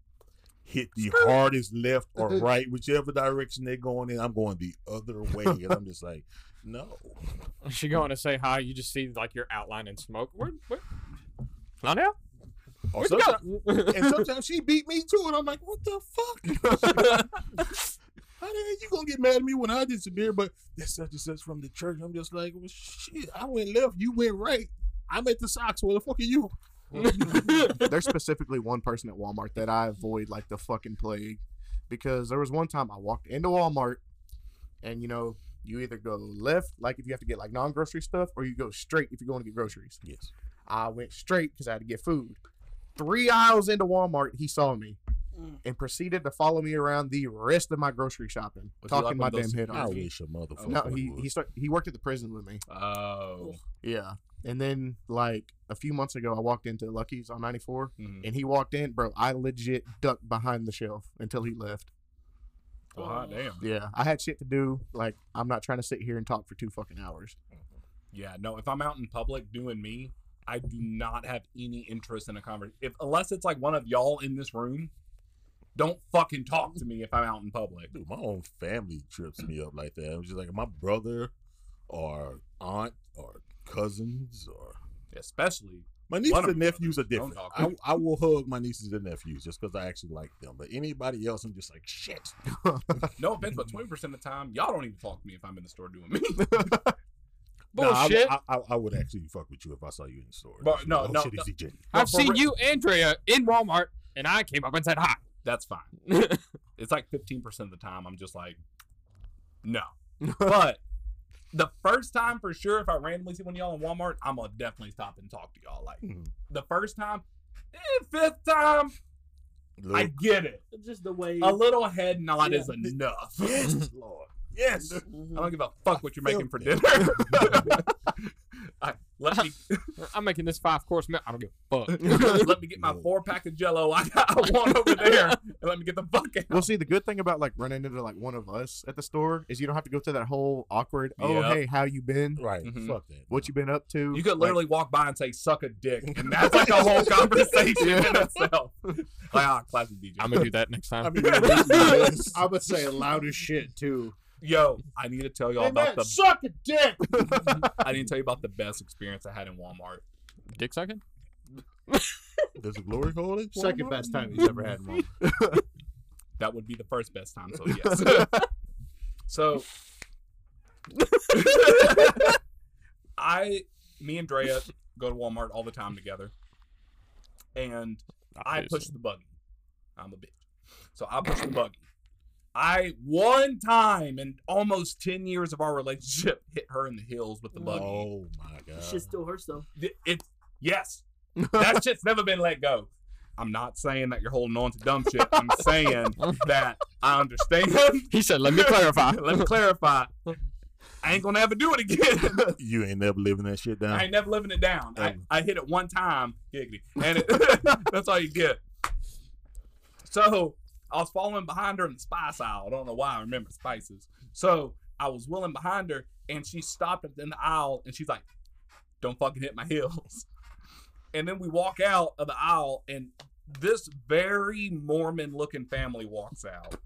[SPEAKER 5] hit the hardest left or right, whichever direction they're going in. I'm going the other way, and I'm just like, no.
[SPEAKER 4] She going to say hi. You just see like your outline in smoke. Where, where? Not now.
[SPEAKER 5] Or
[SPEAKER 4] Where'd you
[SPEAKER 5] sometimes,
[SPEAKER 4] go?
[SPEAKER 5] and sometimes she beat me too, and I'm like, what the fuck? How the hell you gonna get mad at me when I disappear? But that's such and such from the church. I'm just like, well, shit. I went left, you went right. I'm at the socks. Where the fuck are you?
[SPEAKER 2] There's specifically one person at Walmart that I avoid like the fucking plague because there was one time I walked into Walmart and you know, you either go left, like if you have to get like non grocery stuff, or you go straight if you're going to get groceries.
[SPEAKER 5] Yes.
[SPEAKER 2] I went straight because I had to get food. Three aisles into Walmart, he saw me
[SPEAKER 6] Mm.
[SPEAKER 2] and proceeded to follow me around the rest of my grocery shopping,
[SPEAKER 1] Was he like
[SPEAKER 2] talking
[SPEAKER 1] one
[SPEAKER 2] my
[SPEAKER 1] of
[SPEAKER 2] damn
[SPEAKER 1] those-
[SPEAKER 2] head
[SPEAKER 5] I
[SPEAKER 2] off.
[SPEAKER 5] wish a motherfucker.
[SPEAKER 2] No, he
[SPEAKER 5] would.
[SPEAKER 2] he start, he worked at the prison with me.
[SPEAKER 1] Oh.
[SPEAKER 2] Yeah, and then like a few months ago, I walked into Lucky's on 94,
[SPEAKER 1] Mhm.
[SPEAKER 2] and he walked in, bro. I legit ducked behind the shelf until he left.
[SPEAKER 1] Well, hot damn.
[SPEAKER 2] Yeah, I had shit to do. Like I'm not trying to sit here and talk for two fucking hours.
[SPEAKER 1] Yeah, no, if I'm out in public doing me, I do not have any interest in a conversation. If unless it's like one of y'all in this room, don't fucking talk to me if I'm out in public.
[SPEAKER 5] Dude, my own family trips me up like that. I'm just like my brother, or aunt, or cousins, or
[SPEAKER 1] Especially
[SPEAKER 5] my nieces
[SPEAKER 1] One of
[SPEAKER 5] and
[SPEAKER 1] my
[SPEAKER 5] nephews are
[SPEAKER 1] brothers. Don't
[SPEAKER 5] different.
[SPEAKER 1] talk to
[SPEAKER 5] I, I will hug my nieces and nephews just because I actually like them. But anybody else, I'm just like shit.
[SPEAKER 1] no offense, but twenty percent of the time, y'all don't even talk to me if I'm in the store doing me.
[SPEAKER 5] No, I,
[SPEAKER 4] Bullshit.
[SPEAKER 5] I, I- I would actually fuck with you if I saw you in the store.
[SPEAKER 1] But
[SPEAKER 5] Just
[SPEAKER 1] no,
[SPEAKER 5] like,
[SPEAKER 1] no,
[SPEAKER 5] shit,
[SPEAKER 1] no.
[SPEAKER 5] is he Jimmy?
[SPEAKER 1] No,
[SPEAKER 4] I've
[SPEAKER 1] for
[SPEAKER 4] seen
[SPEAKER 1] real.
[SPEAKER 4] you, Andrea, in Walmart, and I came up and said hi.
[SPEAKER 1] That's fine. It's like fifteen percent of the time I'm just like, no. But the first time for sure, if I randomly see one of y'all in Walmart, I'm gonna definitely stop and talk to y'all. Like
[SPEAKER 5] Mhm.
[SPEAKER 1] the first time, eh, fifth time, I
[SPEAKER 5] Look.
[SPEAKER 1] get it.
[SPEAKER 6] It's just the way.
[SPEAKER 1] A little head nod
[SPEAKER 6] Yeah.
[SPEAKER 1] is enough.
[SPEAKER 5] yes, Lord, yes.
[SPEAKER 6] Mhm.
[SPEAKER 1] I don't give a fuck what you're making for dinner.
[SPEAKER 5] felt
[SPEAKER 1] I, let me
[SPEAKER 4] I'm making this five course meal. I don't give a fuck.
[SPEAKER 1] let me get my
[SPEAKER 5] No.
[SPEAKER 1] four pack of Jello I, got, I want over there, and let me get the fuck out.
[SPEAKER 3] Oh.
[SPEAKER 2] Well, see, the good thing about like running into like one of us at the store is you don't have to go through that whole awkward. Oh,
[SPEAKER 1] Yep.
[SPEAKER 2] hey, how you been?
[SPEAKER 5] Right,
[SPEAKER 1] Mhm.
[SPEAKER 5] fuck that.
[SPEAKER 2] What you been up to?
[SPEAKER 1] You could
[SPEAKER 2] Like,
[SPEAKER 1] literally walk by and say "suck a dick," and that's like a whole conversation in itself. Like, ah, classic DJ.
[SPEAKER 4] I'm gonna do that next time.
[SPEAKER 5] I mean, yes.
[SPEAKER 3] I would say loud as shit too.
[SPEAKER 1] Yo, I need to tell y'all
[SPEAKER 3] Hey,
[SPEAKER 1] about
[SPEAKER 3] man,
[SPEAKER 1] the.
[SPEAKER 3] suck a dick.
[SPEAKER 1] I need to tell you about the best experience I had in Walmart.
[SPEAKER 4] Dick sucking.
[SPEAKER 5] There's a glory hole. at
[SPEAKER 3] Second
[SPEAKER 5] Walmart?
[SPEAKER 3] best time he's ever had. Mom.
[SPEAKER 1] That would be the first best time. So yes. so I, me and Drea go to Walmart all the time together, and I push the buggy. I'm a bitch. So I push the buggy. I one time in almost ten years of our relationship hit her in the heels with the buggy.
[SPEAKER 5] Oh my god.
[SPEAKER 6] Shit still hurts though.
[SPEAKER 1] Th- It yes, that shit's never been let go. I'm not saying that you're holding on to dumb shit. I'm saying that I understand.
[SPEAKER 4] He said, "Let me clarify."
[SPEAKER 1] Let me clarify. I ain't gonna ever do it again.
[SPEAKER 5] You ain't never living that shit down.
[SPEAKER 1] I ain't never living it down. I,
[SPEAKER 5] Ever.
[SPEAKER 1] I hit it one time, giggity, and it, that's all you get. So I was following behind her in the spice aisle. I don't know why I remember spices. So I was willing behind her, and she stopped in the aisle, and she's like, "Don't fucking hit my heels." And then we walk out of the aisle, and this very Mormon-looking family walks out.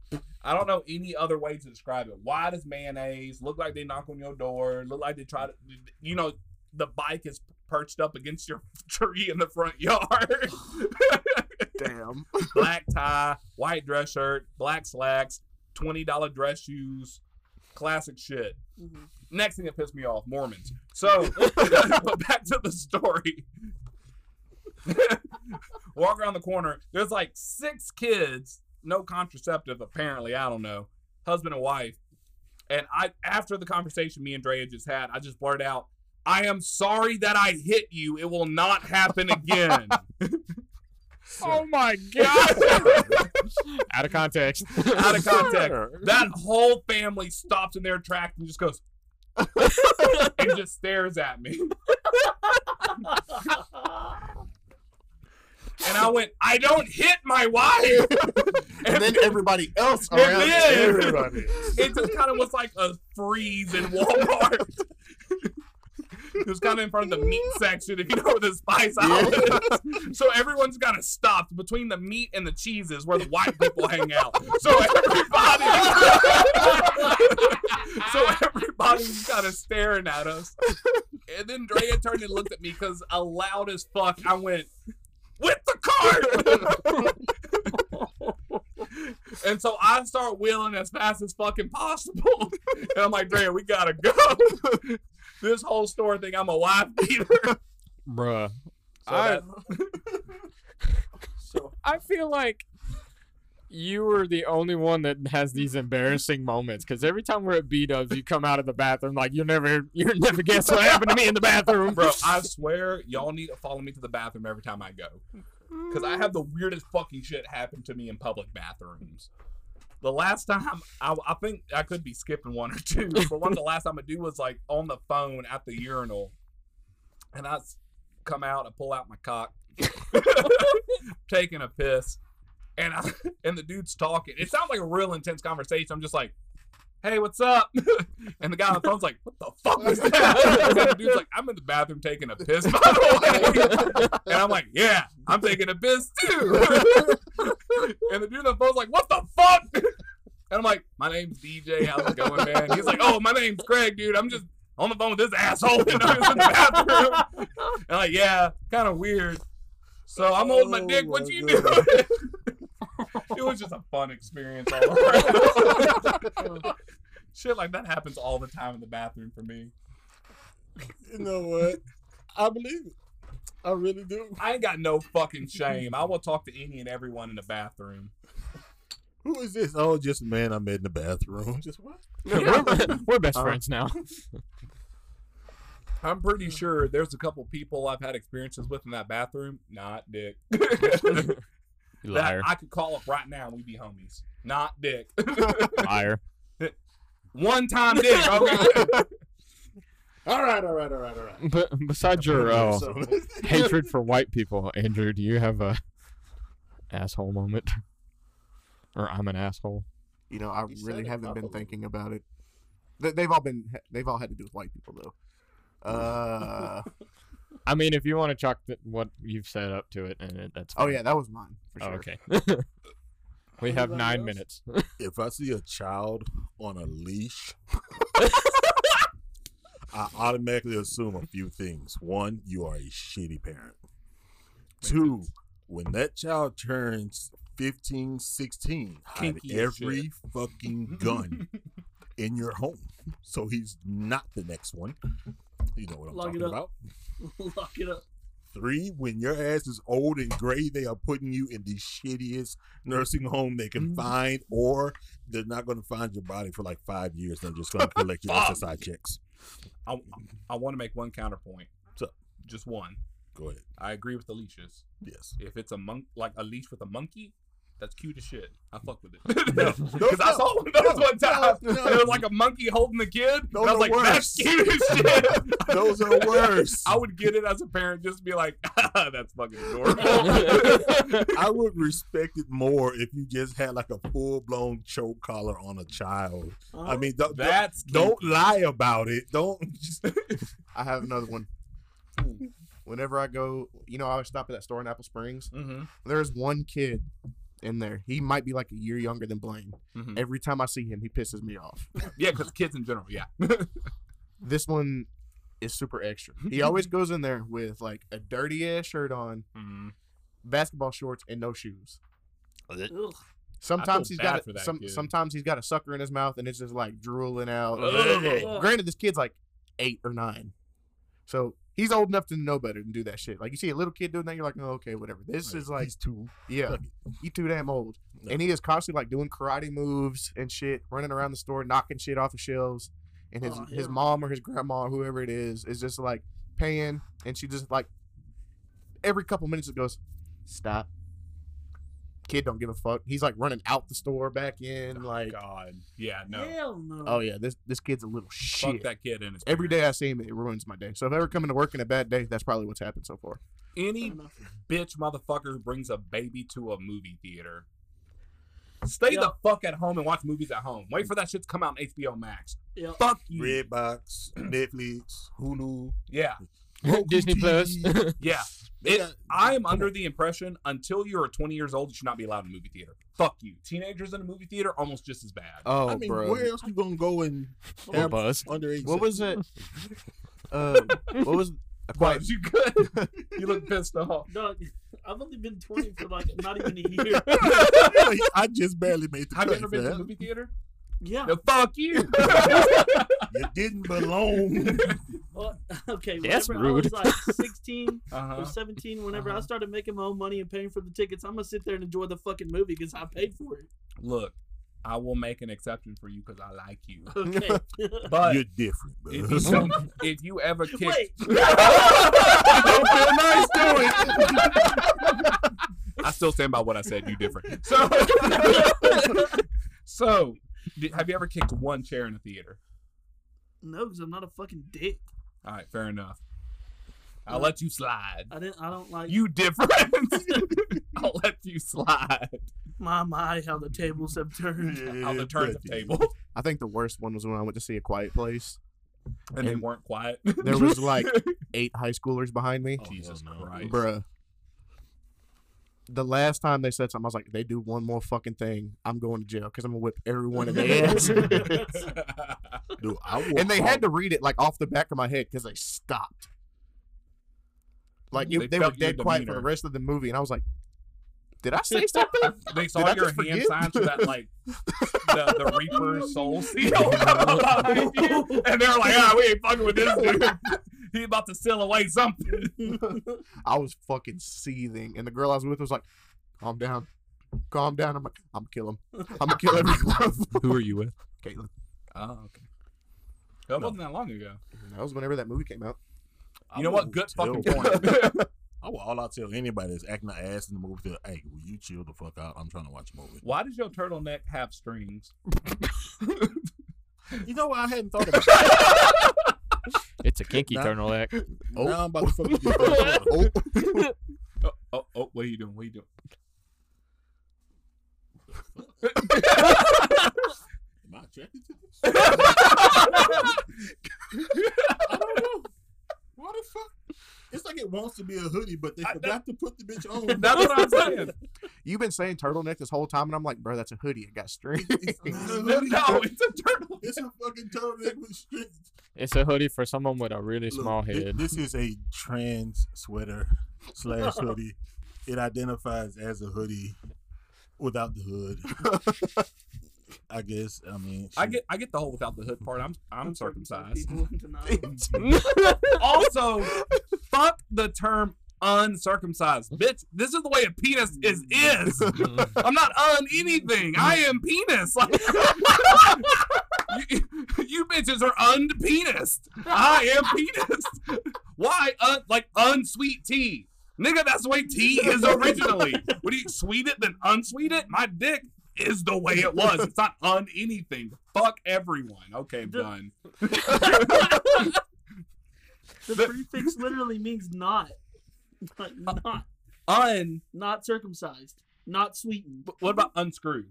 [SPEAKER 1] I don't know any other way to describe it. Why does mayonnaise look like they knock on your door? Look like they try to, you know, the bike is perched up against your tree in the front yard.
[SPEAKER 2] damn.
[SPEAKER 1] black tie, white dress shirt, black slacks, twenty dollar dress shoes, classic shit.
[SPEAKER 6] Mhm.
[SPEAKER 1] Next thing that pissed me off, Mormons. So, but back to the story. Walk around the corner. There's like six kids, no contraceptive apparently. I don't know, husband and wife. And I, after the conversation me and Drea just had, I just blurted out, "I am sorry that I hit you. It will not happen again."
[SPEAKER 4] Oh my god! Out of context.
[SPEAKER 1] Out of context. That whole family stops in their tracks and just goes and just stares at me. and I went, I don't hit my wife.
[SPEAKER 2] And then everybody else
[SPEAKER 1] And
[SPEAKER 2] around.
[SPEAKER 1] then-
[SPEAKER 2] Everybody.
[SPEAKER 1] It just kind of was like a freeze in Walmart. It was kind of in front of the meat section, if you know where the spice aisle is. So everyone's kind of stopped between the meat and the cheeses where the white people hang out. So everybody, so everybody's kind of staring at us. And then Drea turned and looked at me because loud as fuck, I went with the cart. and so I start wheeling as fast as fucking possible. And I'm like, Drea, we gotta go. this whole store thing, I'm a wife beater. So
[SPEAKER 4] Bruh. I, I feel like you were the only one that has these embarrassing moments because every time we're at B Dubs, you come out of the bathroom like you'll never, you'll never guess what happened to me in the bathroom,
[SPEAKER 1] bro, I swear y'all need to follow me to the bathroom every time I go. Because I have the weirdest fucking shit happen to me in public bathrooms. The last time, I, I think I could be skipping one or two, but one of the last time I do was like on the phone at the urinal. And I s- come out, I pull out my cock, taking a piss. And I, and the dude's talking. It sounds like a real intense conversation. I'm just like, hey, what's up? and the guy on the phone's like, what the fuck was that? and the dude's like, I'm in the bathroom taking a piss, by the way. And I'm like, yeah, I'm taking a piss too. and the dude on the phone's like, what the fuck? And I'm like, my name's DJ. How's it going, man? He's like, oh, my name's Craig, dude. I'm just on the phone with this asshole and I'm in the bathroom. And I'm like, yeah, kind of weird. So I'm holding my
[SPEAKER 3] Oh
[SPEAKER 1] dick. What
[SPEAKER 3] my
[SPEAKER 1] you doing?
[SPEAKER 3] God.
[SPEAKER 1] it was just a fun experience all around. Shit like that happens all the time in the bathroom for me.
[SPEAKER 5] You know what? I believe it. I really do.
[SPEAKER 1] I ain't got no fucking shame. I will talk to any and everyone in the bathroom.
[SPEAKER 5] Who is this? Oh, just a man I met in the bathroom. Just what?
[SPEAKER 4] we're, we're best friends now.
[SPEAKER 1] I'm pretty sure there's a couple people I've had experiences with in that bathroom. Not dick.
[SPEAKER 4] You
[SPEAKER 1] that
[SPEAKER 4] liar,
[SPEAKER 1] I could call up right now and we'd be homies. Not dick.
[SPEAKER 4] liar.
[SPEAKER 1] One time dick. Okay.
[SPEAKER 3] All right, all right, all right, all right.
[SPEAKER 4] But besides your uh,
[SPEAKER 3] So-
[SPEAKER 4] hatred for white people, Andrew, do you have a asshole moment? Or I'm an asshole.
[SPEAKER 2] You know, I
[SPEAKER 3] You said
[SPEAKER 2] really
[SPEAKER 3] it
[SPEAKER 2] haven't been
[SPEAKER 3] properly.
[SPEAKER 2] thinking about it. They- They've all been. They've all had to do with white people though. Uh,
[SPEAKER 4] I mean, if you want to chalk th- what you've said up to it, and it, that's
[SPEAKER 2] oh
[SPEAKER 4] fine.
[SPEAKER 2] yeah, that was mine for
[SPEAKER 4] Oh,
[SPEAKER 2] sure.
[SPEAKER 4] okay. we have
[SPEAKER 6] Anybody
[SPEAKER 4] nine
[SPEAKER 6] else?
[SPEAKER 4] minutes.
[SPEAKER 5] If I see a child on a leash, I automatically assume a few things. One, you are a shitty parent. Two, when that child turns 15, 16, hide
[SPEAKER 1] Kinky as
[SPEAKER 5] every
[SPEAKER 1] shit.
[SPEAKER 5] fucking gun in your home. So he's not the next one. You know what I'm
[SPEAKER 6] Lock it
[SPEAKER 5] talking
[SPEAKER 6] up.
[SPEAKER 5] about.
[SPEAKER 6] Lock it up.
[SPEAKER 5] Three, when your ass is old and gray, they are putting you in the shittiest nursing home they can find, or they're not going to find your body for like five years. They're just going to collect your
[SPEAKER 1] Fuck.
[SPEAKER 5] SSI checks.
[SPEAKER 1] I, I want to make one counterpoint.
[SPEAKER 5] So-
[SPEAKER 1] Just one.
[SPEAKER 5] Go ahead.
[SPEAKER 1] I agree with the leashes.
[SPEAKER 5] Yes.
[SPEAKER 1] If it's a monk, like a leash with a monkey, that's cute as shit. I fuck with it. Because I saw one of those
[SPEAKER 5] no,
[SPEAKER 1] one time.
[SPEAKER 5] no, no.
[SPEAKER 1] There was like a monkey holding the kid. and
[SPEAKER 5] Those
[SPEAKER 1] I
[SPEAKER 5] are
[SPEAKER 1] was like, that's
[SPEAKER 5] worse.
[SPEAKER 1] cute as shit.
[SPEAKER 5] Those are worse.
[SPEAKER 1] I would get it as a parent, just be like, that's fucking adorable.
[SPEAKER 4] I
[SPEAKER 5] I would respect it more if you just had like a full blown choke collar on a child. I
[SPEAKER 6] Huh?
[SPEAKER 5] mean, don't, don't-
[SPEAKER 1] that's
[SPEAKER 5] don't
[SPEAKER 1] kinky.
[SPEAKER 5] lie about it. Don't
[SPEAKER 1] Mm.
[SPEAKER 5] just.
[SPEAKER 2] I have another one. Whenever I go, you know, I always stop at that store in Apple Springs.
[SPEAKER 1] Mhm,
[SPEAKER 2] There's one kid in there. He might be like a year younger than Blaine.
[SPEAKER 3] Mm-hmm.
[SPEAKER 1] mhm.
[SPEAKER 2] Every time I see him, he pisses me off.
[SPEAKER 1] Yeah, because kids in general. Yeah.
[SPEAKER 2] This one is super extra. He always goes in there with like a dirty ass shirt on,
[SPEAKER 1] Mhm.
[SPEAKER 2] basketball shorts, and no shoes.
[SPEAKER 6] Ugh.
[SPEAKER 2] Sometimes he's
[SPEAKER 1] bad
[SPEAKER 2] got
[SPEAKER 1] for
[SPEAKER 2] a,
[SPEAKER 1] that
[SPEAKER 2] some,
[SPEAKER 1] kid.
[SPEAKER 2] sometimes he's got a sucker in his mouth and it's just like drooling out.
[SPEAKER 1] Ugh.
[SPEAKER 2] Granted, this kid's like eight or nine, so he's old enough to know better than do that shit. Like you see a little kid doing that, you're like, oh, okay, whatever. This is like,
[SPEAKER 5] He's too.
[SPEAKER 2] yeah, you too damn old. And he is constantly like doing karate moves and shit, running around the store, knocking shit off the shelves. And his
[SPEAKER 6] Aw,
[SPEAKER 2] his
[SPEAKER 6] yeah.
[SPEAKER 2] mom or his grandma or whoever it is is just like paying, and she just like every couple minutes just goes, stop. Kid don't give a fuck. He's like running out the store, back in, like,
[SPEAKER 1] God. Yeah, no.
[SPEAKER 6] Hell no.
[SPEAKER 2] oh yeah, this this kid's a little
[SPEAKER 1] Fuck
[SPEAKER 2] shit.
[SPEAKER 1] that kid in his
[SPEAKER 2] Every day I see him, it ruins my day. So if I ever come into work in a bad day, that's probably what's happened so far.
[SPEAKER 1] Any
[SPEAKER 6] Fair enough.
[SPEAKER 1] bitch motherfucker who brings a baby to a movie theater. Stay
[SPEAKER 6] Yeah.
[SPEAKER 1] the fuck at home and watch movies at home. Wait for that shit to come out on HBO Max.
[SPEAKER 6] Yeah.
[SPEAKER 1] Fuck you.
[SPEAKER 5] Redbox, Netflix, Hulu,
[SPEAKER 1] Yeah,
[SPEAKER 5] Roku
[SPEAKER 4] Disney Plus.
[SPEAKER 5] TV.
[SPEAKER 1] yeah.
[SPEAKER 5] They
[SPEAKER 1] It-
[SPEAKER 5] got-
[SPEAKER 1] I am under the impression until you are 20 years old, you should not be allowed in a movie theater. Fuck you. Teenagers in a movie theater almost just as bad.
[SPEAKER 2] Oh,
[SPEAKER 5] I mean,
[SPEAKER 2] bro.
[SPEAKER 5] where else you gonna go and
[SPEAKER 4] Or buzz.
[SPEAKER 5] underage?
[SPEAKER 2] What was it? uh, what was a quiet?
[SPEAKER 1] But you good? you look pissed off.
[SPEAKER 6] Dog, I've only been 20 for like not even a year.
[SPEAKER 5] Like, I just barely made the
[SPEAKER 1] Have you
[SPEAKER 5] cut.
[SPEAKER 1] ever been to a
[SPEAKER 5] man.
[SPEAKER 1] movie theater?
[SPEAKER 6] Yeah.
[SPEAKER 1] No, fuck you.
[SPEAKER 5] You didn't belong.
[SPEAKER 6] Well, okay.
[SPEAKER 4] That's
[SPEAKER 6] whenever
[SPEAKER 4] rude.
[SPEAKER 6] I was like 16 or
[SPEAKER 1] uh-huh.
[SPEAKER 6] 17, whenever I
[SPEAKER 1] Uh-huh.
[SPEAKER 6] started making my own money and paying for the tickets, I'm going to sit there and enjoy the fucking movie because I paid for it.
[SPEAKER 1] Look, I will make an exception for you because I like you.
[SPEAKER 6] Okay.
[SPEAKER 1] But
[SPEAKER 5] You're different, bro.
[SPEAKER 1] if you, don't- if you ever kick,
[SPEAKER 6] Wait.
[SPEAKER 1] don't feel nice doing. I still stand by what I said. You different. So, so, d- have you ever kicked one chair in a theater?
[SPEAKER 6] No, because I'm not a fucking dick.
[SPEAKER 1] All right, fair enough. I'll let you slide.
[SPEAKER 6] I didn't. I don't like.
[SPEAKER 1] You different. I'll let you slide.
[SPEAKER 6] My my, how the tables have turned.
[SPEAKER 1] On the turns of table,
[SPEAKER 2] I think the worst one was when I went to see a quiet place.
[SPEAKER 1] and they weren't quiet.
[SPEAKER 2] There was like eight high schoolers behind me.
[SPEAKER 1] Oh, Jesus
[SPEAKER 5] hell no.
[SPEAKER 1] Christ.
[SPEAKER 2] Bruh. The last time they said something, I was like, they do one more fucking thing, I'm going to jail because I'm going to whip everyone in the ass.
[SPEAKER 5] Dude, I will
[SPEAKER 2] and they had
[SPEAKER 5] holler.
[SPEAKER 2] to read it like off the back of my head because they stopped. Like
[SPEAKER 1] They
[SPEAKER 2] it, they were
[SPEAKER 1] felt your
[SPEAKER 2] dead quiet for the
[SPEAKER 1] demeanor.
[SPEAKER 2] rest of the movie, and I was like, "Did I say something?"
[SPEAKER 1] they
[SPEAKER 2] Did
[SPEAKER 1] saw
[SPEAKER 2] I just
[SPEAKER 1] your hand
[SPEAKER 2] forget?
[SPEAKER 1] sign to that like the, the Reaper soul seal, behind you, and they're like, "Ah, we ain't fucking with this dude. He about to seal away something."
[SPEAKER 2] I was fucking seething, and the girl I was with was like, "Calm down, calm down." I'm like, "I'm gonna kill him. I'm gonna kill everyone."
[SPEAKER 4] Who are you with?
[SPEAKER 2] Caitlin.
[SPEAKER 1] Oh, okay. That wasn't that long ago.
[SPEAKER 2] That was whenever that movie came out.
[SPEAKER 1] You know what? Good
[SPEAKER 5] I
[SPEAKER 1] fucking
[SPEAKER 5] will tell-
[SPEAKER 1] point.
[SPEAKER 5] I will all I tell anybody that's acting their ass in the movie theater, hey, will you chill the fuck out? I'm trying to watch a movie.
[SPEAKER 1] Why does your turtleneck have strings?
[SPEAKER 5] You know what? I hadn't thought about
[SPEAKER 4] It's a kinky
[SPEAKER 5] Nah.
[SPEAKER 4] turtleneck.
[SPEAKER 5] Oh. Now I'm about to fucking get that shit.
[SPEAKER 2] Oh,
[SPEAKER 1] Oh, oh, oh, what are you doing? What are you doing?
[SPEAKER 5] Am I attracted to this? I don't know. What the fuck? It's like it wants to be a hoodie, but they
[SPEAKER 1] I-
[SPEAKER 5] forgot to put the bitch on.
[SPEAKER 1] That's what I'm saying.
[SPEAKER 2] You've been saying turtleneck this whole time, and I'm like, "Bro, that's a hoodie. It got strings."
[SPEAKER 5] It's not a hoodie.
[SPEAKER 1] No, it's a turtle.
[SPEAKER 5] It's a fucking turtleneck with strings.
[SPEAKER 4] It's a hoodie for someone with a really
[SPEAKER 5] Look,
[SPEAKER 4] small
[SPEAKER 5] thi-
[SPEAKER 4] head.
[SPEAKER 5] This is a trans sweater slash hoodie. It identifies as a hoodie without the hood. I guess. I mean,
[SPEAKER 1] I
[SPEAKER 5] shoot.
[SPEAKER 1] get, I get the whole without the hood part. I'm, I'm circumcised.
[SPEAKER 6] People in denial.
[SPEAKER 1] also, fuck the term uncircumcised. Bitch, this is the way a penis is is.
[SPEAKER 4] Mm.
[SPEAKER 1] I'm not un anything. I am penis. Like you, you bitches are unpenis. I am penis. Why un, like unsweet tea? Nigga, that's the way tea is originally. What do you sweet it then unsweet it? My dick is the way it was. It's not un anything. Fuck everyone. Okay, I'm done.
[SPEAKER 6] The prefix literally means not. Like,
[SPEAKER 1] Oh.
[SPEAKER 6] not.
[SPEAKER 1] Un.
[SPEAKER 6] Not circumcised. Not sweetened.
[SPEAKER 1] What about unscrew?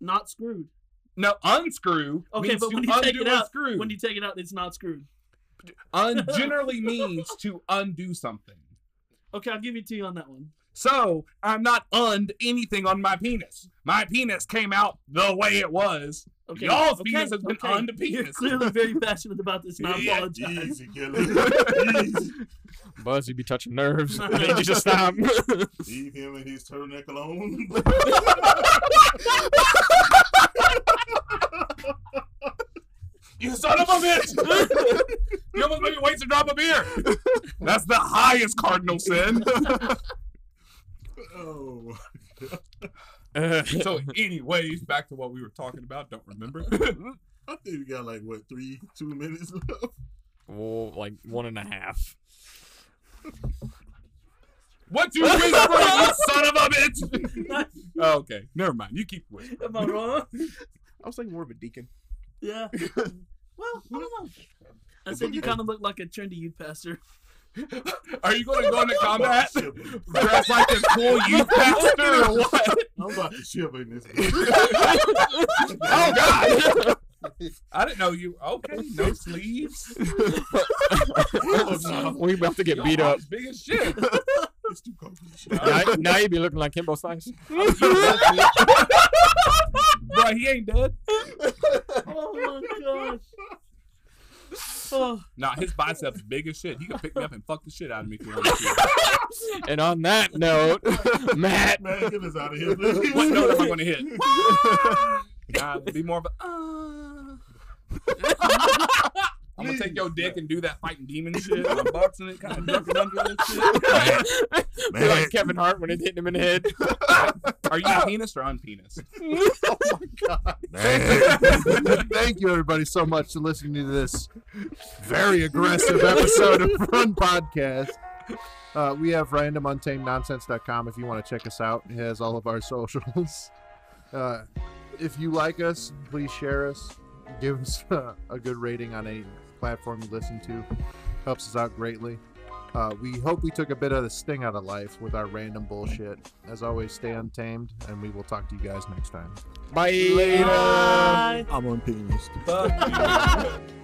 [SPEAKER 6] Not screwed.
[SPEAKER 1] No, unscrew.
[SPEAKER 6] Okay,
[SPEAKER 1] means
[SPEAKER 6] but
[SPEAKER 1] to
[SPEAKER 6] when you take
[SPEAKER 1] undo
[SPEAKER 6] it
[SPEAKER 1] and
[SPEAKER 6] out-
[SPEAKER 1] screw.
[SPEAKER 6] When you take it out, it's not screwed.
[SPEAKER 1] un generally means to undo something.
[SPEAKER 6] Okay, I'll give it to you on that one.
[SPEAKER 1] So I'm not und anything on my penis. My penis came out the way it was.
[SPEAKER 6] Okay.
[SPEAKER 1] Y'all's
[SPEAKER 6] okay,
[SPEAKER 1] penis has been
[SPEAKER 6] okay.
[SPEAKER 1] on the
[SPEAKER 6] You're
[SPEAKER 1] penis.
[SPEAKER 6] clearly very passionate about this, and I
[SPEAKER 1] Yeah,
[SPEAKER 6] apologize.
[SPEAKER 5] Easy, Kelly. Easy.
[SPEAKER 4] Buzz, you be touching nerves. I need you to stop.
[SPEAKER 5] Leave him and his turtleneck alone.
[SPEAKER 1] You son of a bitch! you almost made me wait to drop a beer. That's the highest cardinal sin.
[SPEAKER 5] oh.
[SPEAKER 1] so, anyways, back to what we were talking about. Don't remember.
[SPEAKER 5] I think we got like what three, two minutes left.
[SPEAKER 4] well, like one and a half.
[SPEAKER 1] What you whispering, you son of a bitch? Oh, okay, never mind. You keep whispering.
[SPEAKER 6] Am I wrong?
[SPEAKER 2] I was thinking more of a deacon.
[SPEAKER 6] Yeah. well, I don't know. I said you kind of look like a trendy youth pastor.
[SPEAKER 1] Are you going to go into combat?
[SPEAKER 5] Shit.
[SPEAKER 1] Dress like a cool youth pastor or what?
[SPEAKER 5] I'm about to shiver in this.
[SPEAKER 1] Oh God! I didn't know you. Okay, no sleeves.
[SPEAKER 4] we about to get
[SPEAKER 1] Your
[SPEAKER 4] beat up.
[SPEAKER 1] arm's Big as shit.
[SPEAKER 5] It's too complicated.
[SPEAKER 4] Now, now you be looking like Kimbo Slice.
[SPEAKER 1] Bro, he ain't dead.
[SPEAKER 6] Oh my gosh. Oh,
[SPEAKER 1] Nah, his biceps big as shit. He can pick me up and fuck the shit out of me. if he wants to.
[SPEAKER 4] And on that note, Matt.
[SPEAKER 5] Man, get us out of here.
[SPEAKER 1] What note am I gonna hit? Nah, be more of a. Uh. I'm gonna take your dick and do that fighting demon shit. I'm boxing it, kind of ducking under it and shit.
[SPEAKER 4] Be like Kevin Hart when it hit him in the head.
[SPEAKER 1] Are you penis or unpenis?
[SPEAKER 3] Thank you, everybody, so much for listening to this very aggressive episode of Run Podcast. Uh, we have randomuntamednonsense.com if you want to check us out. It has all of our socials. Uh, if you like us, please share us. Give us uh, a good rating on any platform you listen to. Helps us out greatly. Uh, we hope we took a bit of the sting out of life with our random bullshit. As always, stay untamed, and we will talk to you guys next time.
[SPEAKER 1] uh,
[SPEAKER 4] Bye.
[SPEAKER 6] bye.
[SPEAKER 5] I'm unpinged.
[SPEAKER 1] Fuck you.